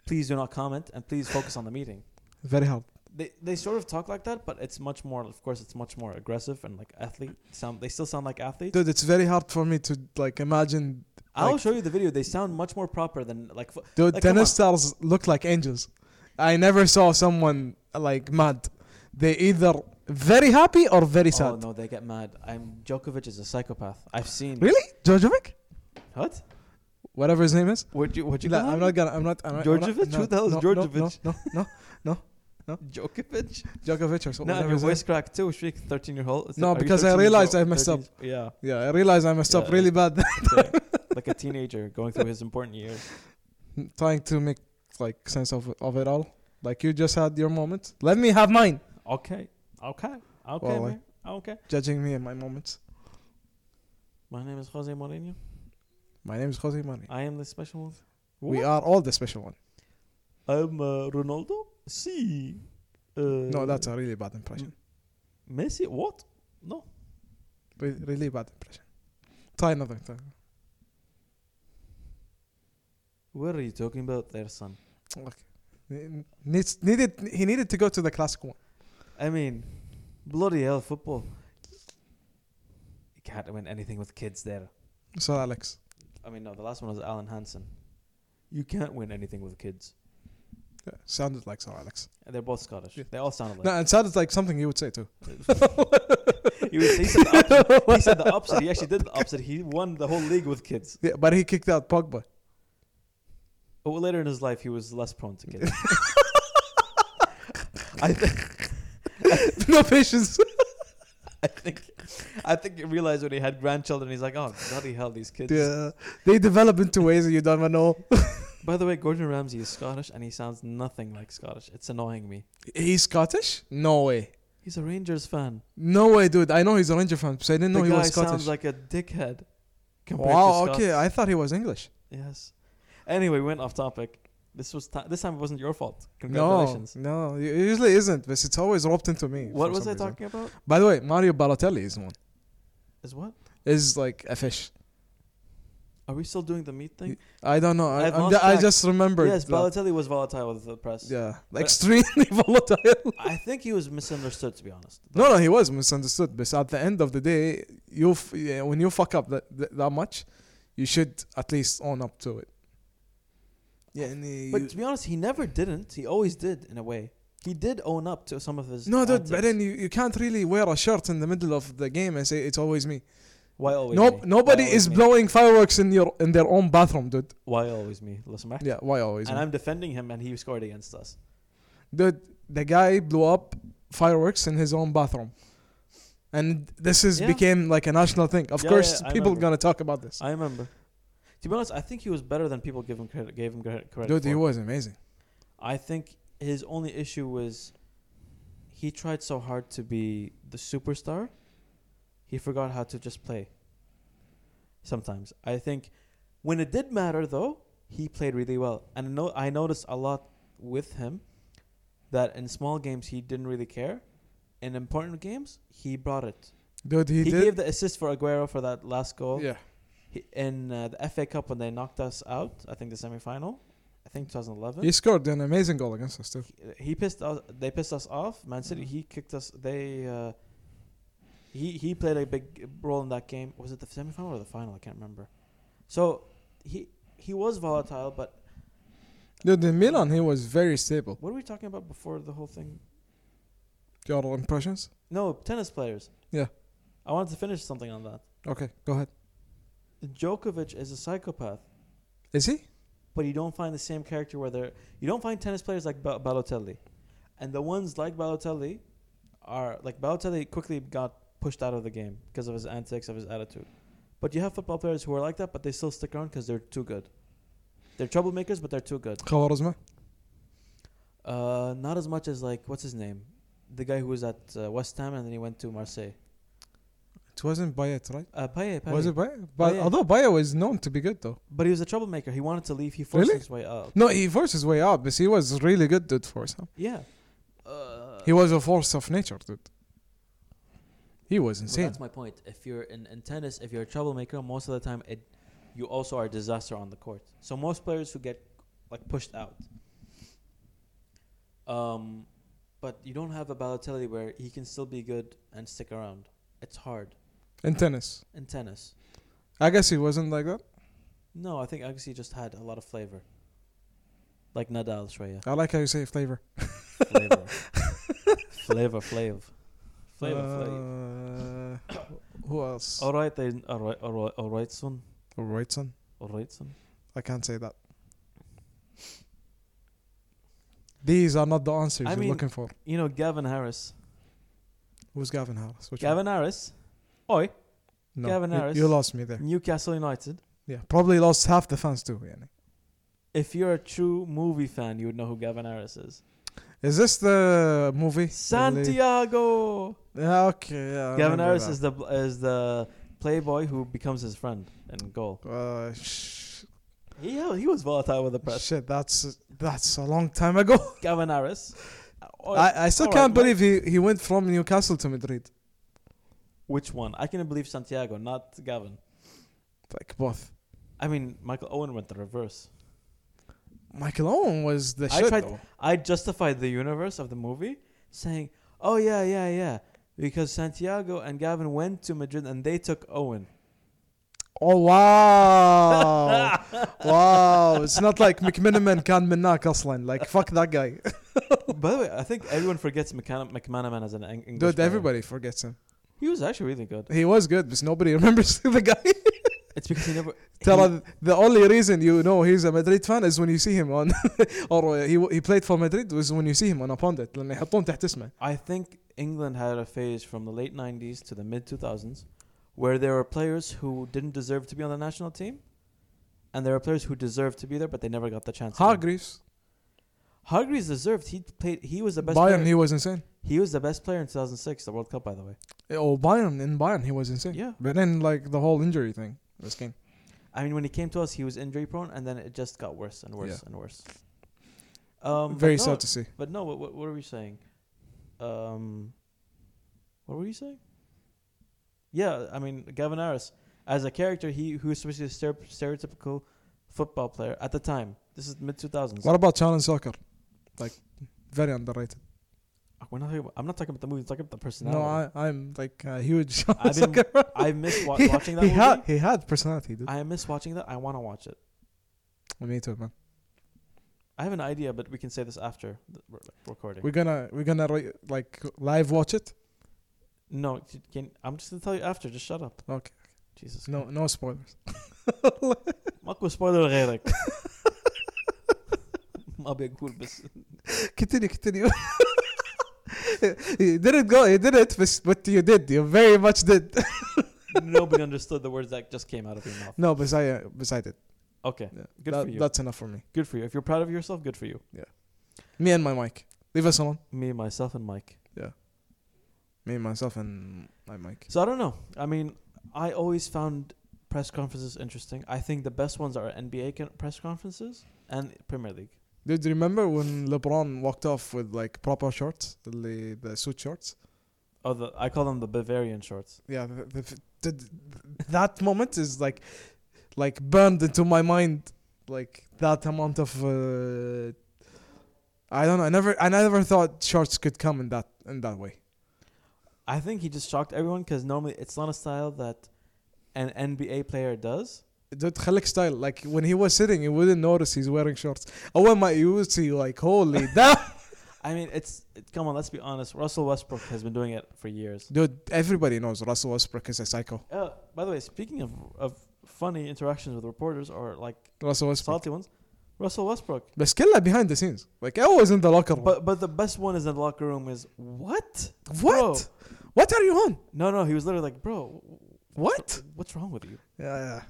Speaker 1: please do not comment and please focus on the meeting.
Speaker 2: Very hard.
Speaker 1: They they sort of talk like that, but it's much more. Of course, it's much more aggressive and like athlete. Sound they still sound like athletes.
Speaker 2: Dude, it's very hard for me to like imagine.
Speaker 1: I'll
Speaker 2: like-
Speaker 1: show you the video. They sound much more proper than like. fo-
Speaker 2: Dude,
Speaker 1: Like, come
Speaker 2: tennis
Speaker 1: on.
Speaker 2: stars look like angels. I never saw someone like mad. They either very happy or very
Speaker 1: Oh
Speaker 2: sad.
Speaker 1: no, they get mad. I'm Djokovic is a psychopath. I've seen.
Speaker 2: Really, Djokovic?
Speaker 1: What?
Speaker 2: Whatever his name is.
Speaker 1: Would you? Would you?
Speaker 2: No,
Speaker 1: call
Speaker 2: I'm
Speaker 1: him?
Speaker 2: not gonna. I'm not. I'm not- I'm
Speaker 1: Djordovic?
Speaker 2: not,
Speaker 1: Who the hell is
Speaker 2: no,
Speaker 1: Djordovic?
Speaker 2: No, no,
Speaker 1: Djokovic.
Speaker 2: no, Djokovic
Speaker 1: [laughs]
Speaker 2: or something.
Speaker 1: No,
Speaker 2: whatever
Speaker 1: your
Speaker 2: his name.
Speaker 1: voice cracked too. Shriek, thirteen-year-old.
Speaker 2: No, because I realized I messed up.
Speaker 1: Yeah,
Speaker 2: [laughs] Yeah, I realized I messed up
Speaker 1: Yeah.
Speaker 2: really bad. [laughs]
Speaker 1: yeah. like a teenager going through his important years.
Speaker 2: Trying to make like sense of of it all. Like you just had your moment. Let me have mine.
Speaker 1: Okay, okay, okay,
Speaker 2: Well,
Speaker 1: man.
Speaker 2: I-
Speaker 1: okay.
Speaker 2: Judging me in my moments.
Speaker 1: My name is Jose Mourinho.
Speaker 2: My name is Jose Mani.
Speaker 1: I am the special one.
Speaker 2: We are all the special one.
Speaker 1: I'm uh, Ronaldo. See. Uh,
Speaker 2: No, that's a really bad impression.
Speaker 1: Messi. What? No. Mm.
Speaker 2: Re- really bad impression. Try another time.
Speaker 1: What are you talking about, there, son?
Speaker 2: Okay. Needs, needed he needed to go to the classic one.
Speaker 1: I mean, bloody hell, football. You can't win anything with kids there.
Speaker 2: So Alex.
Speaker 1: I mean, no, the last one was Alan Hansen. You can't win anything with kids.
Speaker 2: Yeah, sounded like Sir Alex.
Speaker 1: And They're both Scottish.
Speaker 2: Yeah.
Speaker 1: They all sound
Speaker 2: No,
Speaker 1: alike.
Speaker 2: it sounded like something you would say too.
Speaker 1: [laughs] he, was, he, said the opposite. he said the opposite. He actually did the opposite. He won the whole league with kids.
Speaker 2: Yeah, but he kicked out Pogba. [laughs]
Speaker 1: But later in his life, he was less prone to
Speaker 2: [laughs]
Speaker 1: kids. I, th-
Speaker 2: no patience.
Speaker 1: I think, I think he realized when he had grandchildren, he's like, oh bloody hell, these kids.
Speaker 2: Yeah, they develop into ways that you don't even know.
Speaker 1: By the way, Gordon Ramsay is Scottish, and he sounds nothing like Scottish. It's annoying me.
Speaker 2: He's Scottish? No way.
Speaker 1: He's a Rangers fan.
Speaker 2: No way, dude. I know he's a Ranger fan, so I didn't know
Speaker 1: the
Speaker 2: he
Speaker 1: guy
Speaker 2: was Scottish.
Speaker 1: sounds like a dickhead. Compared
Speaker 2: wow.
Speaker 1: to
Speaker 2: Okay,
Speaker 1: Scots.
Speaker 2: I thought he was English.
Speaker 1: Yes. Anyway, we went off topic. This was ti this time it wasn't your fault.
Speaker 2: No,
Speaker 1: Congratulations.
Speaker 2: no, it usually isn't, but it's always roped into me.
Speaker 1: What
Speaker 2: for
Speaker 1: was
Speaker 2: some
Speaker 1: I
Speaker 2: reason.
Speaker 1: talking about?
Speaker 2: By the way, Mario Balotelli is one.
Speaker 1: Is what?
Speaker 2: Is like a fish.
Speaker 1: Are we still doing the meat thing?
Speaker 2: I don't know. I,
Speaker 1: I've
Speaker 2: I'm
Speaker 1: lost
Speaker 2: ju- I
Speaker 1: track.
Speaker 2: just remembered.
Speaker 1: yes,
Speaker 2: that.
Speaker 1: Balotelli was volatile with the press.
Speaker 2: Yeah, extremely [laughs] volatile.
Speaker 1: [laughs] I think he was misunderstood, to be honest.
Speaker 2: No, no, he was misunderstood. But at the end of the day, you f- yeah, when you fuck up that, that, that much, you should at least own up to it. Yeah, and you,
Speaker 1: But to be honest, he never didn't. He always did, in a way. He did own up to some of his.
Speaker 2: no, dude.
Speaker 1: antics.
Speaker 2: But then you, you can't really wear a shirt in the middle of the game and say it's always me.
Speaker 1: Why always?
Speaker 2: No,
Speaker 1: me?
Speaker 2: nobody
Speaker 1: Why always
Speaker 2: is
Speaker 1: me?
Speaker 2: blowing fireworks in your in their own bathroom, dude.
Speaker 1: Why always me? Listen, Mac.
Speaker 2: Yeah, why always?
Speaker 1: And
Speaker 2: me?
Speaker 1: I'm defending him, and he scored against us.
Speaker 2: dude, the guy blew up fireworks in his own bathroom, and this is
Speaker 1: Yeah.
Speaker 2: became like a national thing. Of
Speaker 1: Yeah,
Speaker 2: course,
Speaker 1: yeah, I
Speaker 2: people
Speaker 1: remember.
Speaker 2: gonna talk about this.
Speaker 1: I remember. To be honest, I think he was better than people give him credit. Gave him credit. credit
Speaker 2: Dude,
Speaker 1: for.
Speaker 2: he was amazing.
Speaker 1: I think his only issue was he tried so hard to be the superstar, he forgot how to just play. Sometimes I think when it did matter, though, he played really well, and no, I noticed a lot with him that in small games he didn't really care. In important games, he brought it.
Speaker 2: Dude, he,
Speaker 1: He,
Speaker 2: did.
Speaker 1: gave the assist for Aguero for that last goal.
Speaker 2: yeah,
Speaker 1: He, in uh, the FA Cup when they knocked us out, I think the semifinal, I think 2011
Speaker 2: he scored an amazing goal against us too.
Speaker 1: he pissed us. They pissed us off. Man City. He kicked us. They. Uh, he he played a big role in that game. Was it the semifinal or the final? I can't remember. So he he was volatile. But
Speaker 2: Dude, in Milan, he was very stable.
Speaker 1: what were we talking about before the whole thing?
Speaker 2: Your impressions?
Speaker 1: No tennis players.
Speaker 2: Yeah.
Speaker 1: I wanted to finish something on that.
Speaker 2: Okay, go ahead.
Speaker 1: Djokovic is a psychopath,
Speaker 2: Is he?
Speaker 1: but you don't find the same character where they're you don't find tennis players like ba- Balotelli, and the ones like Balotelli are like Balotelli quickly got pushed out of the game because of his antics of his attitude. But you have football players who are like that, but they still stick around because they're too good. They're troublemakers, but they're too good.
Speaker 2: Khawarizma?
Speaker 1: Uh, not as much as like what's his name, the guy who was at uh, West Ham and then he went to Marseille.
Speaker 2: It wasn't Bayet, right?
Speaker 1: Uh, Payet, Payet.
Speaker 2: Was it Bayet? But
Speaker 1: Payet.
Speaker 2: although Bayet was known to be good though.
Speaker 1: But he was a troublemaker. He wanted to leave. He forced
Speaker 2: Really?
Speaker 1: his way out.
Speaker 2: No, he forced his way out, but he was really good dude for some.
Speaker 1: Yeah. Uh,
Speaker 2: He was a force of nature, dude. He was
Speaker 1: Well,
Speaker 2: insane.
Speaker 1: that's my point. If you're in, in tennis, if you're a troublemaker, most of the time it, you also are a disaster on the court. So most players who get like pushed out. Um, but you don't have a Balotelli where he can still be good and stick around. It's hard
Speaker 2: In tennis.
Speaker 1: in tennis.
Speaker 2: I guess he wasn't like that.
Speaker 1: No, I think Agassi just had a lot of flavor. Like Nadal,
Speaker 2: [laughs]
Speaker 1: Shreya.
Speaker 2: I like how you say flavor.
Speaker 1: Flavor. flavor, flavor. Flavor, Oh. flavor.
Speaker 2: flavor. Uh, [coughs] Who else?
Speaker 1: All right, then. All right, all right, all right, son.
Speaker 2: Alright, son.
Speaker 1: All right, son.
Speaker 2: I can't say that. These are not the answers
Speaker 1: I
Speaker 2: you're
Speaker 1: mean-
Speaker 2: looking for.
Speaker 1: You know, Gavin Harris.
Speaker 2: Who's Gavin Harris? Which
Speaker 1: Gavin Harris. Oi.
Speaker 2: one? No,
Speaker 1: Gavin
Speaker 2: you-
Speaker 1: Harris.
Speaker 2: You lost me there.
Speaker 1: Newcastle United.
Speaker 2: Yeah, probably lost half the fans too. Yani.
Speaker 1: If you're a true movie fan, you would know who Gavin Harris
Speaker 2: [laughs]
Speaker 1: is.
Speaker 2: Is this the movie?
Speaker 1: Santiago.
Speaker 2: Yeah, okay. Yeah, I
Speaker 1: Gavin
Speaker 2: remember
Speaker 1: Harris
Speaker 2: that.
Speaker 1: is the is the playboy who becomes his friend in goal.
Speaker 2: Uh, sh-
Speaker 1: He he was volatile with the
Speaker 2: [laughs]
Speaker 1: press.
Speaker 2: shit, that's that's a long time ago.
Speaker 1: Gavin Harris. Oi,
Speaker 2: [laughs] I, I still
Speaker 1: Oh, all right,
Speaker 2: can't
Speaker 1: what-
Speaker 2: believe he, he went from Newcastle to Madrid.
Speaker 1: Which one? I can believe Santiago, not Gavin.
Speaker 2: Like both.
Speaker 1: I mean, Michael Owen went the reverse.
Speaker 2: Michael Owen was the
Speaker 1: I
Speaker 2: shit.
Speaker 1: tried-
Speaker 2: though.
Speaker 1: I justified the universe of the movie saying, "Oh yeah, yeah, yeah," because Santiago and Gavin went to Madrid and they took Owen.
Speaker 2: Oh wow, wow! It's not like McManaman كان مناك أصلا. Like fuck that guy,
Speaker 1: By the way, I think everyone forgets McCann- McManaman as an Eng- English.
Speaker 2: dude.
Speaker 1: player.
Speaker 2: Everybody forgets him.
Speaker 1: He was actually really good.
Speaker 2: He was good, but nobody [laughs] remembers the guy.
Speaker 1: It's because he never.
Speaker 2: [laughs] Tell
Speaker 1: he,
Speaker 2: her the only reason you know he's a Madrid fan is when you see him on [laughs] or uh, he he played for Madrid was when you see him on a pundit لما يحطون تحت اسمه.
Speaker 1: I think England had a phase from the late '90s to the mid 2000s, where there were players who didn't deserve to be on the national team, and there were players who deserved to be there but they never got the chance. again.
Speaker 2: Hargreaves,
Speaker 1: Hargreaves deserved. He played. He was the best.
Speaker 2: Bayern
Speaker 1: player.
Speaker 2: he was insane.
Speaker 1: He was the best player in 2006, the World Cup, by the way.
Speaker 2: Oh Bayern in Bayern he was insane.
Speaker 1: Yeah.
Speaker 2: But then like the whole injury thing this game.
Speaker 1: I mean, when he came to us, he was injury prone, and then it just got worse and worse
Speaker 2: Yeah.
Speaker 1: and worse. Um, but
Speaker 2: Very
Speaker 1: no,
Speaker 2: sad to see.
Speaker 1: But no, what, what, what are we saying? Um, what were you saying? Yeah, I mean, Gavin Harris, as a character, he who is supposed to be a stere- stereotypical football player at the time. This is mid 2000s.
Speaker 2: What about Challenge Soccer? Like very underrated.
Speaker 1: We're not talking about, I'm not talking about the movie, I'm talking about the personality.
Speaker 2: No, I I'm like a huge [laughs]
Speaker 1: I've been
Speaker 2: Challenge Soccer. fan.
Speaker 1: I, miss wa-
Speaker 2: [laughs] He-
Speaker 1: watching that
Speaker 2: he
Speaker 1: movie.
Speaker 2: had he had personality, dude.
Speaker 1: I miss watching that. I want to watch it.
Speaker 2: Me too, man.
Speaker 1: I have an idea, but we can say this after the re- recording.
Speaker 2: We're gonna we're gonna re- like live watch it.
Speaker 1: No, c- can, I'm just gonna tell you after. Just shut up.
Speaker 2: Okay.
Speaker 1: Jesus.
Speaker 2: No no spoilers.
Speaker 1: ماكو سبويلر غيرك. ما ابي اقول بس
Speaker 2: [laughs] continue, continue. [laughs] you didn't go, you did it, but what you did, you very much did. [laughs]
Speaker 1: nobody understood the words that just came out of your mouth.
Speaker 2: No, but I, uh, but I did.
Speaker 1: Okay.
Speaker 2: Yeah.
Speaker 1: Good
Speaker 2: That-
Speaker 1: for you.
Speaker 2: That's enough for me.
Speaker 1: Good for you. If you're proud of yourself, good for you.
Speaker 2: Me and my mic. Leave us alone.
Speaker 1: Me, myself, and Mike.
Speaker 2: Me, myself, and my mic.
Speaker 1: So I don't know. I mean, I always found press conferences interesting. I think the best ones are NBA con- press conferences and Premier League.
Speaker 2: Dude, you remember when LeBron walked off with like proper shorts, the, the suit shorts?
Speaker 1: Oh, the, I call them the Bavarian shorts.
Speaker 2: Yeah, the, the, the, that moment is like, like burned into my mind. Like that amount of, uh, I don't know. I never, I never thought shorts could come in that in that way.
Speaker 1: I think he just shocked everyone because normally it's not a style that an NBA player does.
Speaker 2: Dude, خليك style. Like when he was sitting, you wouldn't notice he's wearing shorts. أول ما you would see like holy [laughs] damn,
Speaker 1: I mean, it's it, come on. Let's be honest. Russell Westbrook has been doing it for years.
Speaker 2: dude. Everybody knows Russell Westbrook is a psycho.
Speaker 1: Uh, by the way, speaking of of funny interactions with reporters or like
Speaker 2: Russell Westbrook.
Speaker 1: salty ones, Russell Westbrook.
Speaker 2: بس كلها behind the scenes. Like always in the locker room.
Speaker 1: But but the best one is in the locker room is what?
Speaker 2: what?
Speaker 1: Bro.
Speaker 2: What are you on?
Speaker 1: No, no. He was literally like, bro, w- w-
Speaker 2: What?
Speaker 1: what's wrong with you?
Speaker 2: Yeah, yeah.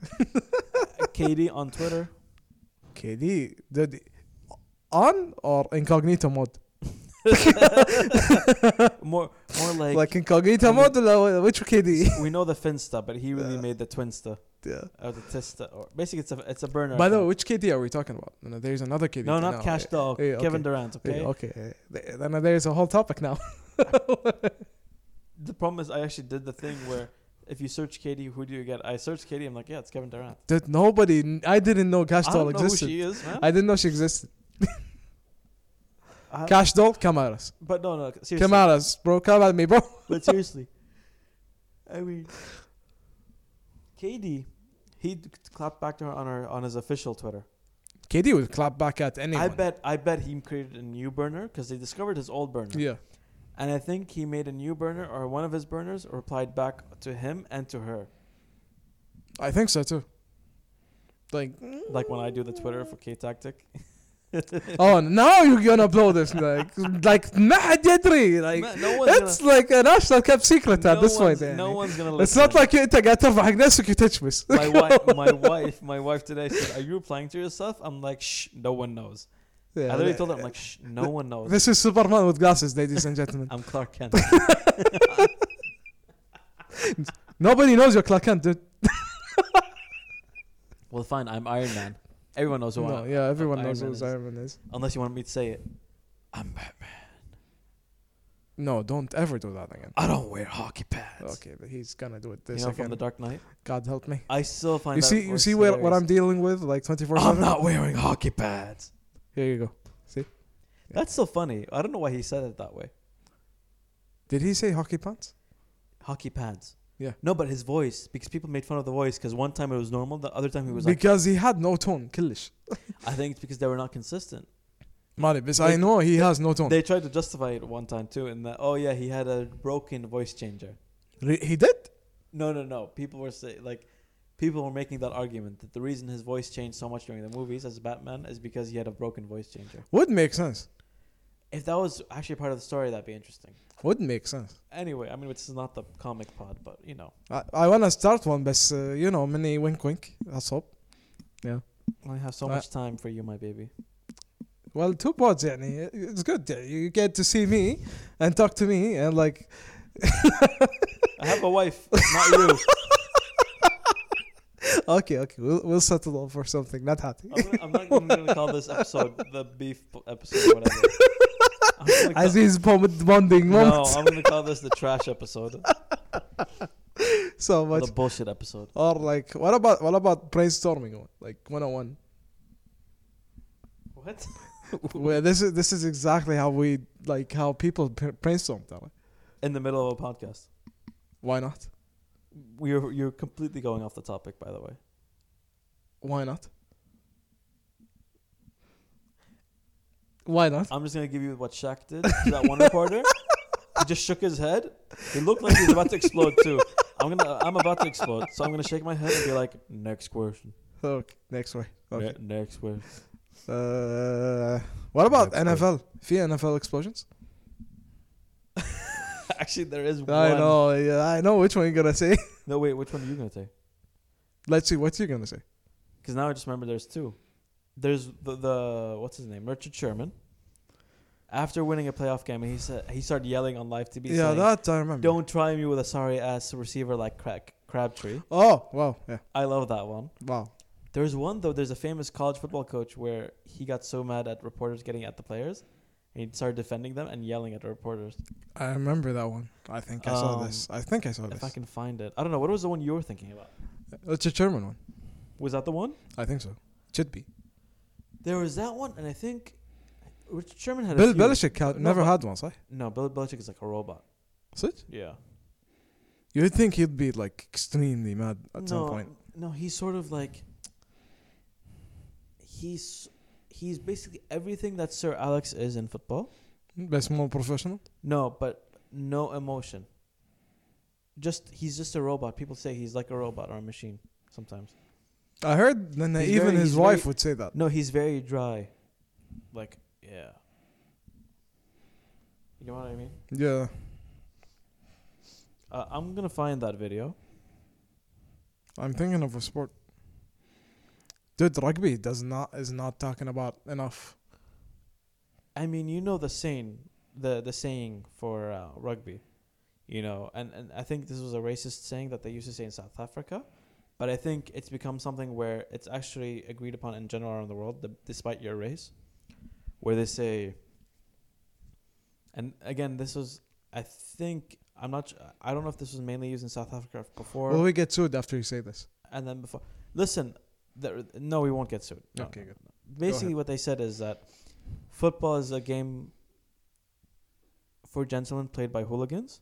Speaker 2: [laughs]
Speaker 1: Katie on Twitter.
Speaker 2: KD, dude, on or incognito mode?
Speaker 1: More More like,
Speaker 2: like incognito mode ولا which
Speaker 1: [laughs]
Speaker 2: KD
Speaker 1: we know the Finsta, but he really
Speaker 2: Yeah.
Speaker 1: made the Twinsta
Speaker 2: yeah.
Speaker 1: or the Tista. Or basically, it's a it's a burner.
Speaker 2: by the way
Speaker 1: account.
Speaker 2: which KD are we talking about no, no, there's another KD
Speaker 1: no,
Speaker 2: now.
Speaker 1: not Cash Dog.
Speaker 2: yeah, okay.
Speaker 1: Kevin Durant. eh?
Speaker 2: Yeah,
Speaker 1: Okay.
Speaker 2: okay Th- then there's a whole topic now [laughs]
Speaker 1: The problem is, I actually did the thing where if you search Katie, who do you get? I searched Katie. I'm like, yeah, it's Kevin Durant.
Speaker 2: that nobody I didn't know Cash
Speaker 1: I
Speaker 2: Doll
Speaker 1: don't know who
Speaker 2: existed
Speaker 1: she is, man.
Speaker 2: I didn't know she existed
Speaker 1: I-
Speaker 2: Cash Doll come at us
Speaker 1: but no, no, seriously.
Speaker 2: come at us bro come at me bro [laughs]
Speaker 1: But seriously, I mean, KD, he d- clapped back to her on her on his official Twitter.
Speaker 2: KD would clap back at anyone
Speaker 1: I bet, I bet he created a new burner because they discovered his old burner.
Speaker 2: yeah
Speaker 1: And I think he made a new burner or one of his burners replied back to him and to her.
Speaker 2: I think so too like
Speaker 1: Like when I do the Twitter for K Tactic.
Speaker 2: [laughs] oh now you're gonna blow this like [laughs] like ما حد يدري like
Speaker 1: [laughs] No- no one's
Speaker 2: It's like a national kept secret at
Speaker 1: no
Speaker 2: this
Speaker 1: one's-
Speaker 2: point. يعني.
Speaker 1: No one's gonna.
Speaker 2: It's not
Speaker 1: listen.
Speaker 2: like انت قاعد ترفع حق نفسك وتشمس.
Speaker 1: [laughs]
Speaker 2: [laughs]
Speaker 1: my wife. My wife. My wife today said, "Are you replying to yourself?" I'm like, "Shh, no one knows." I literally told her, "I'm like, shh, no one knows."
Speaker 2: This is Superman with glasses, ladies and gentlemen.
Speaker 1: [laughs] I'm Clark Kent.
Speaker 2: Nobody knows you're Clark Kent, dude.
Speaker 1: well, fine. I'm Iron Man. Everyone knows who I
Speaker 2: No,
Speaker 1: am.
Speaker 2: yeah, everyone
Speaker 1: Iron
Speaker 2: knows
Speaker 1: Man
Speaker 2: who
Speaker 1: is-
Speaker 2: Iron Man is.
Speaker 1: Unless you want me to say it. I'm Batman.
Speaker 2: No, don't ever do that again.
Speaker 1: I don't wear hockey pads.
Speaker 2: Okay, but he's gonna do it
Speaker 1: You
Speaker 2: this
Speaker 1: know, from
Speaker 2: again.
Speaker 1: The Dark Knight.
Speaker 2: God help me.
Speaker 1: I still find
Speaker 2: You
Speaker 1: that
Speaker 2: see, you
Speaker 1: verse
Speaker 2: see where, what I'm
Speaker 1: hilarious.
Speaker 2: dealing with, like 24
Speaker 1: [laughs] I'm
Speaker 2: 7?
Speaker 1: not wearing hockey pads.
Speaker 2: Here you go. See?
Speaker 1: That's so funny. I don't know why he said it that way.
Speaker 2: Did he say hockey pants?
Speaker 1: Hockey pads.
Speaker 2: Yeah.
Speaker 1: No, but his voice, because people made fun of the voice, because one time it was normal, the other time he was like,
Speaker 2: Because he had no tone, كلش.
Speaker 1: I think it's because they were not consistent.
Speaker 2: Mali, but
Speaker 1: They-
Speaker 2: I know he has no tone.
Speaker 1: They tried to justify it one time too, in that, oh yeah, he had a broken voice changer.
Speaker 2: Re- He did?
Speaker 1: No, no, no. People were say like, people were making that argument that the reason his voice changed so much during the movies as Batman is because he had a broken voice changer.
Speaker 2: Would make sense.
Speaker 1: If that was actually part of the story, that'd be interesting.
Speaker 2: Would make sense.
Speaker 1: Anyway, I mean, this is not the comic pod, but you know,
Speaker 2: I, I want to start one, but uh, you know, many wink wink. That's all.
Speaker 1: I have so
Speaker 2: Uh,
Speaker 1: much time for you, my baby.
Speaker 2: Well, two pods, يعني. It's good. yeah. You get to see me and talk to me and like.
Speaker 1: I have a wife, [laughs] not you.
Speaker 2: Okay, okay. We'll, we'll settle all for something. Not happy.
Speaker 1: I'm, gonna, I'm not even gonna call this episode the beef p- episode, whatever. I'm gonna call-
Speaker 2: As is bond- bonding
Speaker 1: no,
Speaker 2: moments.
Speaker 1: I'm gonna call this the trash [laughs] episode,
Speaker 2: [laughs] so
Speaker 1: or
Speaker 2: much.
Speaker 1: the bullshit episode.
Speaker 2: Or like, what about what about brainstorming? one? Like one
Speaker 1: [laughs]
Speaker 2: on one.
Speaker 1: What?
Speaker 2: Where this is this is exactly how we like how people br- brainstorm. That way.
Speaker 1: In the middle of a podcast.
Speaker 2: Why not?
Speaker 1: You're you're completely going off the topic, by the way.
Speaker 2: Why not? Why not?
Speaker 1: I'm just gonna give you what Shaq did to that one reporter. He just shook his head. He looked like he was about to explode too. I'm gonna I'm about to explode, so I'm gonna shake my head and be like, next question.
Speaker 2: Okay. Next way. Okay.
Speaker 1: Ne- next question.
Speaker 2: Uh, what about
Speaker 1: That's
Speaker 2: NFL? في NFL explosions?
Speaker 1: [laughs] Actually, there is one.
Speaker 2: I know, yeah, I know which one you're gonna say. [laughs]
Speaker 1: No, wait, which one are you gonna take?
Speaker 2: Let's see what you're gonna say.
Speaker 1: Because now I just remember there's two. There's the, the what's his name, Richard Sherman. After winning a playoff game, he said he started yelling on live TV.
Speaker 2: yeah,
Speaker 1: saying,
Speaker 2: that I remember.
Speaker 1: Don't try me with a sorry ass receiver like Crack Crabtree.
Speaker 2: Oh wow, yeah,
Speaker 1: I love that one.
Speaker 2: wow.
Speaker 1: There's one though. There's a famous college football coach where he got so mad at reporters getting at the players, and he started defending them and yelling at the reporters.
Speaker 2: I remember that one. I think I saw
Speaker 1: Um,
Speaker 2: this. I think I saw
Speaker 1: If I
Speaker 2: this. Oh,
Speaker 1: can find it, I don't know. What was the one you were thinking about?
Speaker 2: It's a German one.
Speaker 1: Was that the one?
Speaker 2: I think so. Should be.
Speaker 1: There was that one, and I think Richard Sherman had a
Speaker 2: Bill
Speaker 1: few.
Speaker 2: Belichick had,
Speaker 1: No,
Speaker 2: never
Speaker 1: but-
Speaker 2: had one, صح?
Speaker 1: No, Bill Belichick is like a robot.
Speaker 2: صدق?
Speaker 1: Yeah.
Speaker 2: You'd think he'd be like extremely mad at some point.
Speaker 1: No, he's sort of like he's he's basically everything that Sir Alex is in football.
Speaker 2: But more professional.
Speaker 1: No, but no emotion. Just he's just a robot. People say he's like a robot or a machine sometimes.
Speaker 2: I heard then
Speaker 1: He's
Speaker 2: even
Speaker 1: very-
Speaker 2: his
Speaker 1: he's
Speaker 2: wife
Speaker 1: very-
Speaker 2: would say that.
Speaker 1: No, he's very dry. Like, yeah. You know what I mean?
Speaker 2: Yeah.
Speaker 1: Uh, I'm gonna find that video.
Speaker 2: I'm thinking of a sport. Dude, rugby does not is not talking about enough.
Speaker 1: I mean, you know the saying, the the saying for uh, rugby. you know, and, and I think this was a racist saying that they used to say in South Africa, but I think it's become something where it's actually agreed upon in general around the world, the, despite your race, where they say, and again, this was, I think, I'm not, su- I don't know if this was mainly used in South Africa before
Speaker 2: Will we get sued after you say this?
Speaker 1: and then before. Listen, there, no, we won't get sued. No,
Speaker 2: Okay, good.
Speaker 1: basically what they said is that football is a game for gentlemen played by hooligans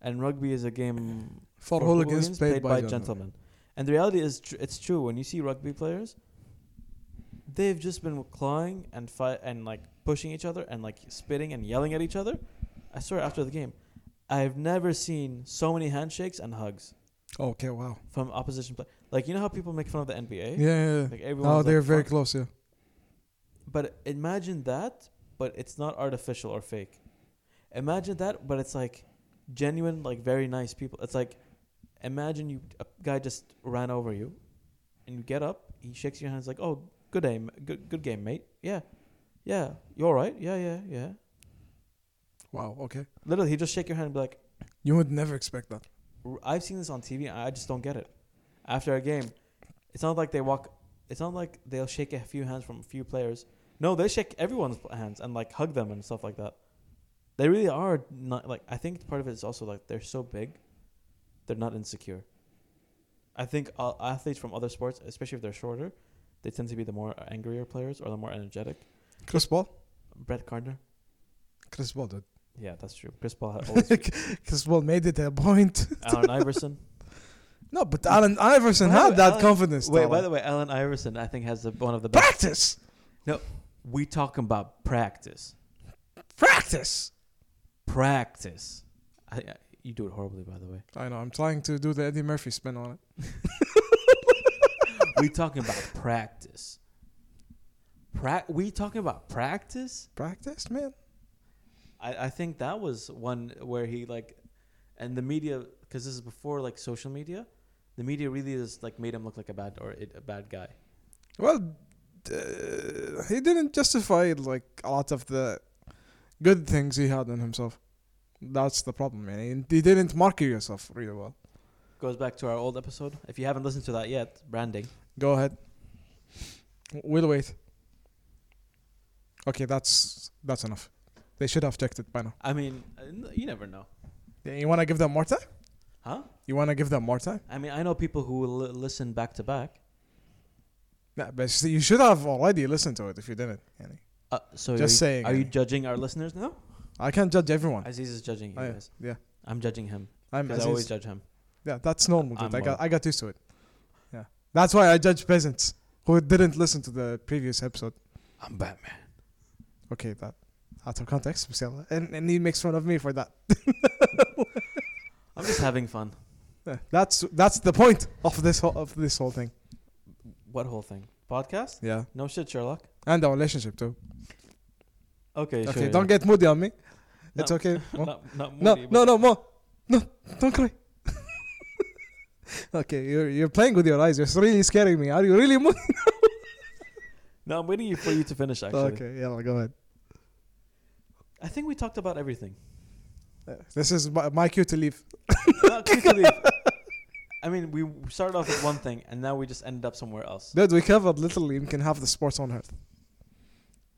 Speaker 1: and rugby is a game
Speaker 2: For hooligans played by
Speaker 1: gentlemen.
Speaker 2: gentlemen.
Speaker 1: and the reality is tr- it's true when you see rugby players they've just been clawing and fight and like pushing each other and like spitting and yelling at each other i swear after the game i've never seen so many handshakes and hugs
Speaker 2: Okay, wow.
Speaker 1: from opposition play like you know how people make fun of the nba
Speaker 2: Yeah, yeah. yeah.
Speaker 1: like everyone
Speaker 2: Oh, they're very close. Yeah.
Speaker 1: but imagine that, but it's not artificial or fake. Imagine that, but it's like genuine, like very nice people. It's like imagine you a guy just ran over you, and you get up, he shakes your hand, it's like, oh, good aim, good good game, mate. Yeah, yeah, you all right? Yeah, yeah, yeah.
Speaker 2: Wow. Okay.
Speaker 1: Literally, he just shake your hand and be like,
Speaker 2: You would never expect that.
Speaker 1: r- I've seen this on TV. I just don't get it. After a game, it's not like they walk. It's not like they'll shake a few hands from a few players. No, they shake everyone's hands and like hug them and stuff like that. They really are not like. I think part of it is also like they're so big, they're not insecure. I think uh, athletes from other sports, especially if they're shorter, they tend to be the more angrier players or the more energetic.
Speaker 2: Chris Paul.
Speaker 1: Brett Gardner.
Speaker 2: Chris Paul did.
Speaker 1: Yeah, that's true. Chris Paul had [laughs] always
Speaker 2: [laughs] Chris Paul made it a point. [laughs]
Speaker 1: Allen Iverson.
Speaker 2: No, but Allen Iverson
Speaker 1: By the
Speaker 2: had
Speaker 1: way,
Speaker 2: that
Speaker 1: Allen-
Speaker 2: confidence.
Speaker 1: Wait,
Speaker 2: Tyler.
Speaker 1: by the way, Allen Iverson, I think has the, one [laughs] of the best
Speaker 2: practice,
Speaker 1: No, we talking about practice.
Speaker 2: practice.
Speaker 1: Practice. I, I, you do it horribly, by the way.
Speaker 2: I know. I'm trying to do the Eddie Murphy spin on it.
Speaker 1: we talking about [laughs] practice. Pra- we talking about practice.
Speaker 2: Practice, man.
Speaker 1: I, I think that was one where he like, and the media because this is before like social media, the media really just like made him look like a bad or it, a bad guy.
Speaker 2: Well, uh, he didn't justify like a lot of the good things he had in himself. That's the problem, man. He, he didn't market yourself really well.
Speaker 1: Goes back to our old episode. If you haven't listened to that yet, branding.
Speaker 2: Go ahead. We'll wait. Okay, that's that's enough. They should have checked it by now.
Speaker 1: I mean, uh, n- you never know,
Speaker 2: You want to give them more time?
Speaker 1: huh?
Speaker 2: You want to give them more time?
Speaker 1: I mean, I know people who will li- listen back to back.
Speaker 2: No, but s- you should have already listened to it if you didn't. Yani.
Speaker 1: Uh, so
Speaker 2: Just
Speaker 1: are you,
Speaker 2: saying,
Speaker 1: Are you
Speaker 2: Annie.
Speaker 1: judging our listeners now?
Speaker 2: I can't judge everyone.
Speaker 1: Aziz is judging you
Speaker 2: I-
Speaker 1: guys.
Speaker 2: Oh, yeah,
Speaker 1: I'm judging him
Speaker 2: I'm
Speaker 1: because I
Speaker 2: Aziz.
Speaker 1: always judge him.
Speaker 2: yeah, that's normal.
Speaker 1: I'm
Speaker 2: Dude. I
Speaker 1: low.
Speaker 2: got I got used to it. Yeah, that's why I judge peasants who didn't listen to the previous episode.
Speaker 1: I'm Batman.
Speaker 2: Okay, that out of context, but still- and and he makes fun of me for that.
Speaker 1: I'm just having fun.
Speaker 2: Yeah, That's that's the point of this whole, of this whole thing.
Speaker 1: What whole thing? Podcast?
Speaker 2: Yeah,
Speaker 1: No shit, Sherlock.
Speaker 2: and our relationship too.
Speaker 1: Okay,
Speaker 2: Okay,
Speaker 1: sure. yeah.
Speaker 2: don't get moody on me.
Speaker 1: No,
Speaker 2: It's okay. Mo.
Speaker 1: [laughs] not, not
Speaker 2: no,
Speaker 1: moody, but
Speaker 2: no, no, more. No, don't cry. [laughs] okay, you're you're playing with your eyes. You're really scaring me. Are you really moody?
Speaker 1: No, I'm waiting for you to finish. Actually,
Speaker 2: Okay, yeah, go ahead.
Speaker 1: I think we talked about everything. [laughs]
Speaker 2: Uh, This is my, my cue to leave.
Speaker 1: No,
Speaker 2: [laughs]
Speaker 1: quickly. I mean, we started off with one thing, and now we just ended up somewhere else.
Speaker 2: Dude, we covered literally you can have the sports on earth.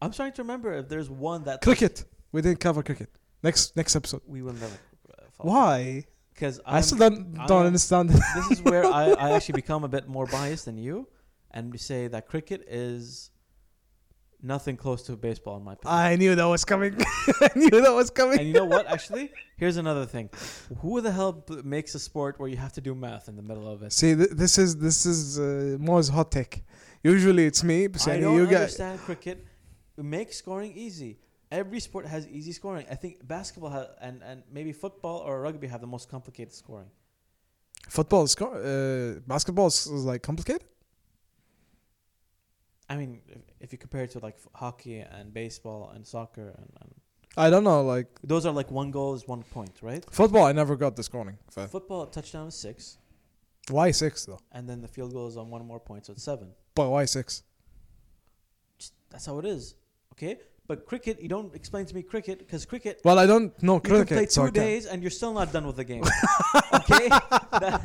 Speaker 1: I'm trying to remember if there's one that
Speaker 2: Cricket. We didn't cover cricket. Next next episode.
Speaker 1: we will never. uh,
Speaker 2: Why?
Speaker 1: Because
Speaker 2: i still don't,
Speaker 1: I
Speaker 2: don't
Speaker 1: am-
Speaker 2: understand. [laughs]
Speaker 1: this is where I, I actually become a bit more biased than you and say that cricket is nothing close to baseball in my opinion.
Speaker 2: I knew that was coming. [laughs] I knew that was coming.
Speaker 1: and you know what? Actually, here's another thing. Who the hell b- makes a sport where you have to do math in the middle of
Speaker 2: [laughs]
Speaker 1: it?
Speaker 2: [laughs] See, th- this is this is uh, Mo's hot take. Usually it's me. But
Speaker 1: I
Speaker 2: yani
Speaker 1: don't
Speaker 2: you guys.
Speaker 1: understand cricket. Make scoring easy. Every sport has easy scoring. I think basketball ha- and and maybe football or rugby have the most complicated scoring.
Speaker 2: Football is co- uh, basketball is, is like complicated.
Speaker 1: I mean, if, if you compare it to like f- hockey and baseball and soccer, and, and
Speaker 2: I don't know. Like
Speaker 1: those are like one goal is one point, right?
Speaker 2: football, I never got this scoring. Fair.
Speaker 1: Football touchdown is six,
Speaker 2: Why six though?
Speaker 1: and then the field goal is on one more point, so it's seven.
Speaker 2: But why six?
Speaker 1: Just- That's how it is. Okay, But cricket, you don't explain to me cricket because cricket.
Speaker 2: Well, I don't know
Speaker 1: You can
Speaker 2: cricket.
Speaker 1: play
Speaker 2: so I
Speaker 1: two
Speaker 2: can't.
Speaker 1: days and you're still not done with the game. okay,
Speaker 2: [laughs]
Speaker 1: That-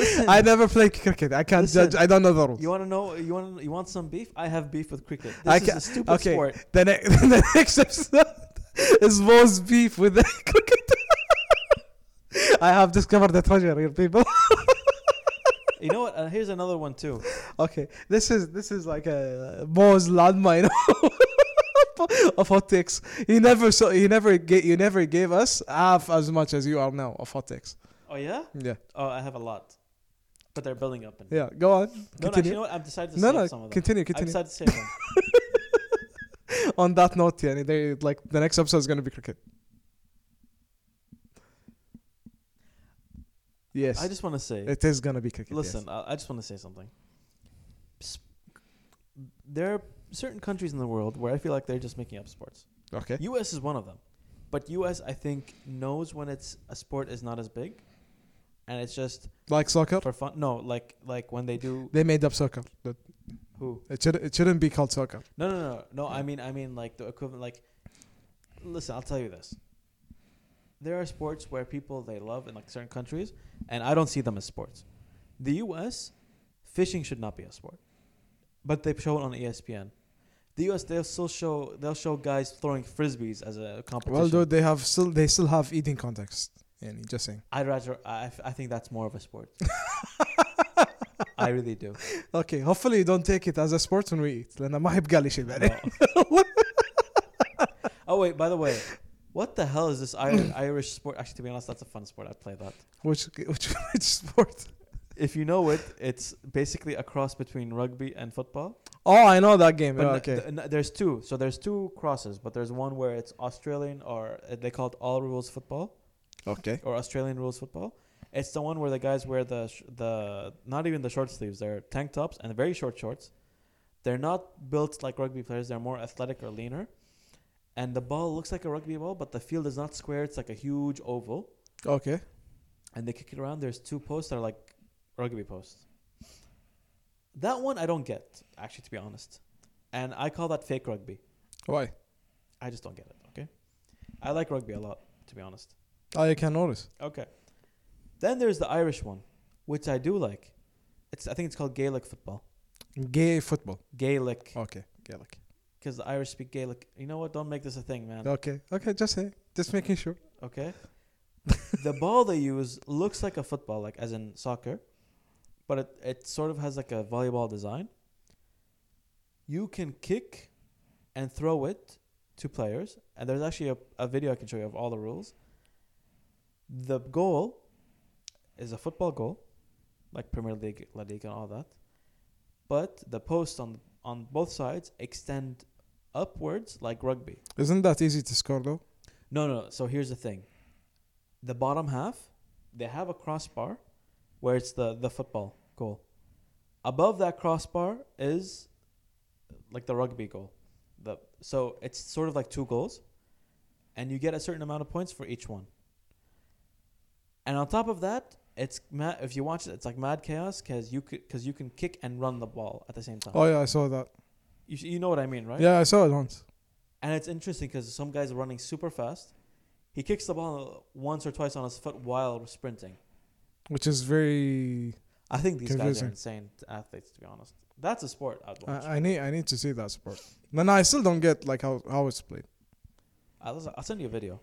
Speaker 1: listen.
Speaker 2: [laughs] I never played cricket. I can't
Speaker 1: Listen.
Speaker 2: judge. I don't know the rules.
Speaker 1: you want to know? You want you want some beef? I have beef with cricket. This
Speaker 2: I
Speaker 1: is
Speaker 2: ca-
Speaker 1: a stupid
Speaker 2: okay.
Speaker 1: sport.
Speaker 2: The, ne- [laughs] the next episode is Vo's beef with the [laughs] cricket. I have discovered the treasure here, people.
Speaker 1: You know what? Uh, here's another one too.
Speaker 2: okay, this is this is like a Vo's landmine [laughs] of hot takes. He never so he never gave you never gave us half as much as you are now of hot takes.
Speaker 1: Oh yeah?
Speaker 2: Yeah,
Speaker 1: Oh, I have a lot, but they're building up. And
Speaker 2: yeah. Go on.
Speaker 1: No, no, actually, you know what? I've decided to
Speaker 2: No,
Speaker 1: save
Speaker 2: no,
Speaker 1: some of them.
Speaker 2: continue,
Speaker 1: I've
Speaker 2: continue.
Speaker 1: decided to save
Speaker 2: [laughs]
Speaker 1: them.
Speaker 2: on that note, yeah, they like the next episode is gonna be cricket. Yes,
Speaker 1: I just want to say.
Speaker 2: it is gonna be cricket. yes.
Speaker 1: Listen, I, I just want to say something. S- There are certain countries in the world where I feel like they're just making up sports.
Speaker 2: okay,
Speaker 1: U.S. is one of them, but U.S. I think knows when it's a sport is not as big, and it's just
Speaker 2: like soccer,
Speaker 1: for fun. No, like like when they do
Speaker 2: they made up soccer. But
Speaker 1: who?
Speaker 2: it should it shouldn't be called soccer.
Speaker 1: No, no, no, no. I mean, I mean like the equivalent. Like, listen, I'll tell you this. There are sports where people they love in like certain countries, and I don't see them as sports. The U.S. fishing should not be a sport, but they show it on E ESPN. The U.S. they'll still show they'll show guys throwing frisbees as a competition.
Speaker 2: Well, though they have still they still have eating context. And just saying.
Speaker 1: I'd rather I, I think that's more of a sport. I really do.
Speaker 2: Okay, hopefully you don't take it as a sport when we eat. لأن [laughs] ما أحب قال شيء بعدين.
Speaker 1: [laughs] No. oh wait, by the way, what the hell is this Ir- Irish [clears throat] sport? Actually, to be honest, that's a fun sport. I play that.
Speaker 2: Which which [laughs] which sport?
Speaker 1: If you know it, it's basically a cross between rugby and football.
Speaker 2: Oh, I know that game.
Speaker 1: But
Speaker 2: Yeah,
Speaker 1: n-
Speaker 2: okay.
Speaker 1: th- n- there's two. So there's two crosses, but there's one where it's Australian or uh, they call it all rules football
Speaker 2: Okay.
Speaker 1: or Australian rules football. It's the one where the guys wear the sh- the not even the short sleeves. They're tank tops and very short shorts. They're not built like rugby players. They're more athletic or leaner, and the ball looks like a rugby ball, but the field is not square. It's like a huge oval,
Speaker 2: Okay.
Speaker 1: and they kick it around. There's two posts that are like rugby posts. That one I don't get, actually, to be honest, and I call that fake rugby.
Speaker 2: Why?
Speaker 1: I just don't get it. Okay, I like rugby a lot, to be honest.
Speaker 2: I Ah, can notice.
Speaker 1: Okay. Then there's the Irish one, which I do like. It's I think it's called Gaelic football.
Speaker 2: Gay football.
Speaker 1: Gaelic,
Speaker 2: Okay. Gaelic.
Speaker 1: because the Irish speak Gaelic. You know what? Don't make this a thing, man.
Speaker 2: Okay. Okay. Just say. Just making sure.
Speaker 1: Okay. the ball they use looks like a football, like as in soccer, but it it sort of has like a volleyball design. You can kick, and throw it to players, and there's actually a, a video I can show you of all the rules. The goal is a football goal, like Premier League, La Liga, and all that. But the posts on on both sides extend upwards like rugby.
Speaker 2: Isn't that easy to score though?
Speaker 1: No, no. So here's the thing: the bottom half, they have a crossbar, where it's the the football goal. Above that crossbar is, like the rugby goal, the so it's sort of like two goals, and you get a certain amount of points for each one. And on top of that, it's ma- if you watch it, it's like mad chaos because you because you can kick and run the ball at the same time.
Speaker 2: Oh yeah, I saw that.
Speaker 1: You, you know what I mean, right?
Speaker 2: Yeah, I saw it once.
Speaker 1: And it's interesting because some guy's running super fast. He kicks the ball once or twice on his foot while sprinting.
Speaker 2: Which is very.
Speaker 1: I think these guys are
Speaker 2: Confusing.
Speaker 1: insane athletes, to be honest. That's a sport I'd watch.
Speaker 2: I, I need. I need to see that sport. No, no, I still don't get like how how it's played.
Speaker 1: I'll, I'll send you a video.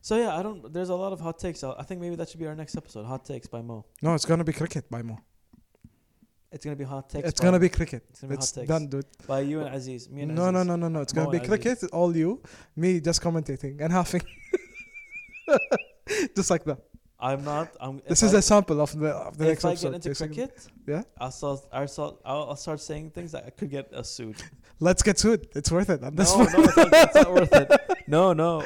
Speaker 1: So yeah, I don't. There's a lot of hot takes. I I think maybe that should be our next episode. Hot takes by Mo.
Speaker 2: No, it's gonna be cricket by Mo.
Speaker 1: It's gonna be hot takes.
Speaker 2: It's
Speaker 1: by,
Speaker 2: gonna be cricket.
Speaker 1: It's
Speaker 2: It's,
Speaker 1: gonna be hot takes.
Speaker 2: done, dude.
Speaker 1: by you and Aziz. Me and
Speaker 2: No,
Speaker 1: Aziz.
Speaker 2: no, no, no, no. It's
Speaker 1: Mo
Speaker 2: gonna be
Speaker 1: and Aziz.
Speaker 2: cricket. All you, me, just commentating and laughing. [laughs] just like that.
Speaker 1: I'm not. I'm.
Speaker 2: This
Speaker 1: if
Speaker 2: is
Speaker 1: I-
Speaker 2: a sample of the of the
Speaker 1: if
Speaker 2: next
Speaker 1: I
Speaker 2: episode.
Speaker 1: get into
Speaker 2: basically.
Speaker 1: cricket,
Speaker 2: Yeah.
Speaker 1: I'll start. I'll start. I'll, I'll start saying things that could get us sued.
Speaker 2: Let's get to it. It's worth it. And this
Speaker 1: no, no, it's not, it's not worth
Speaker 2: [laughs]
Speaker 1: it. No, no.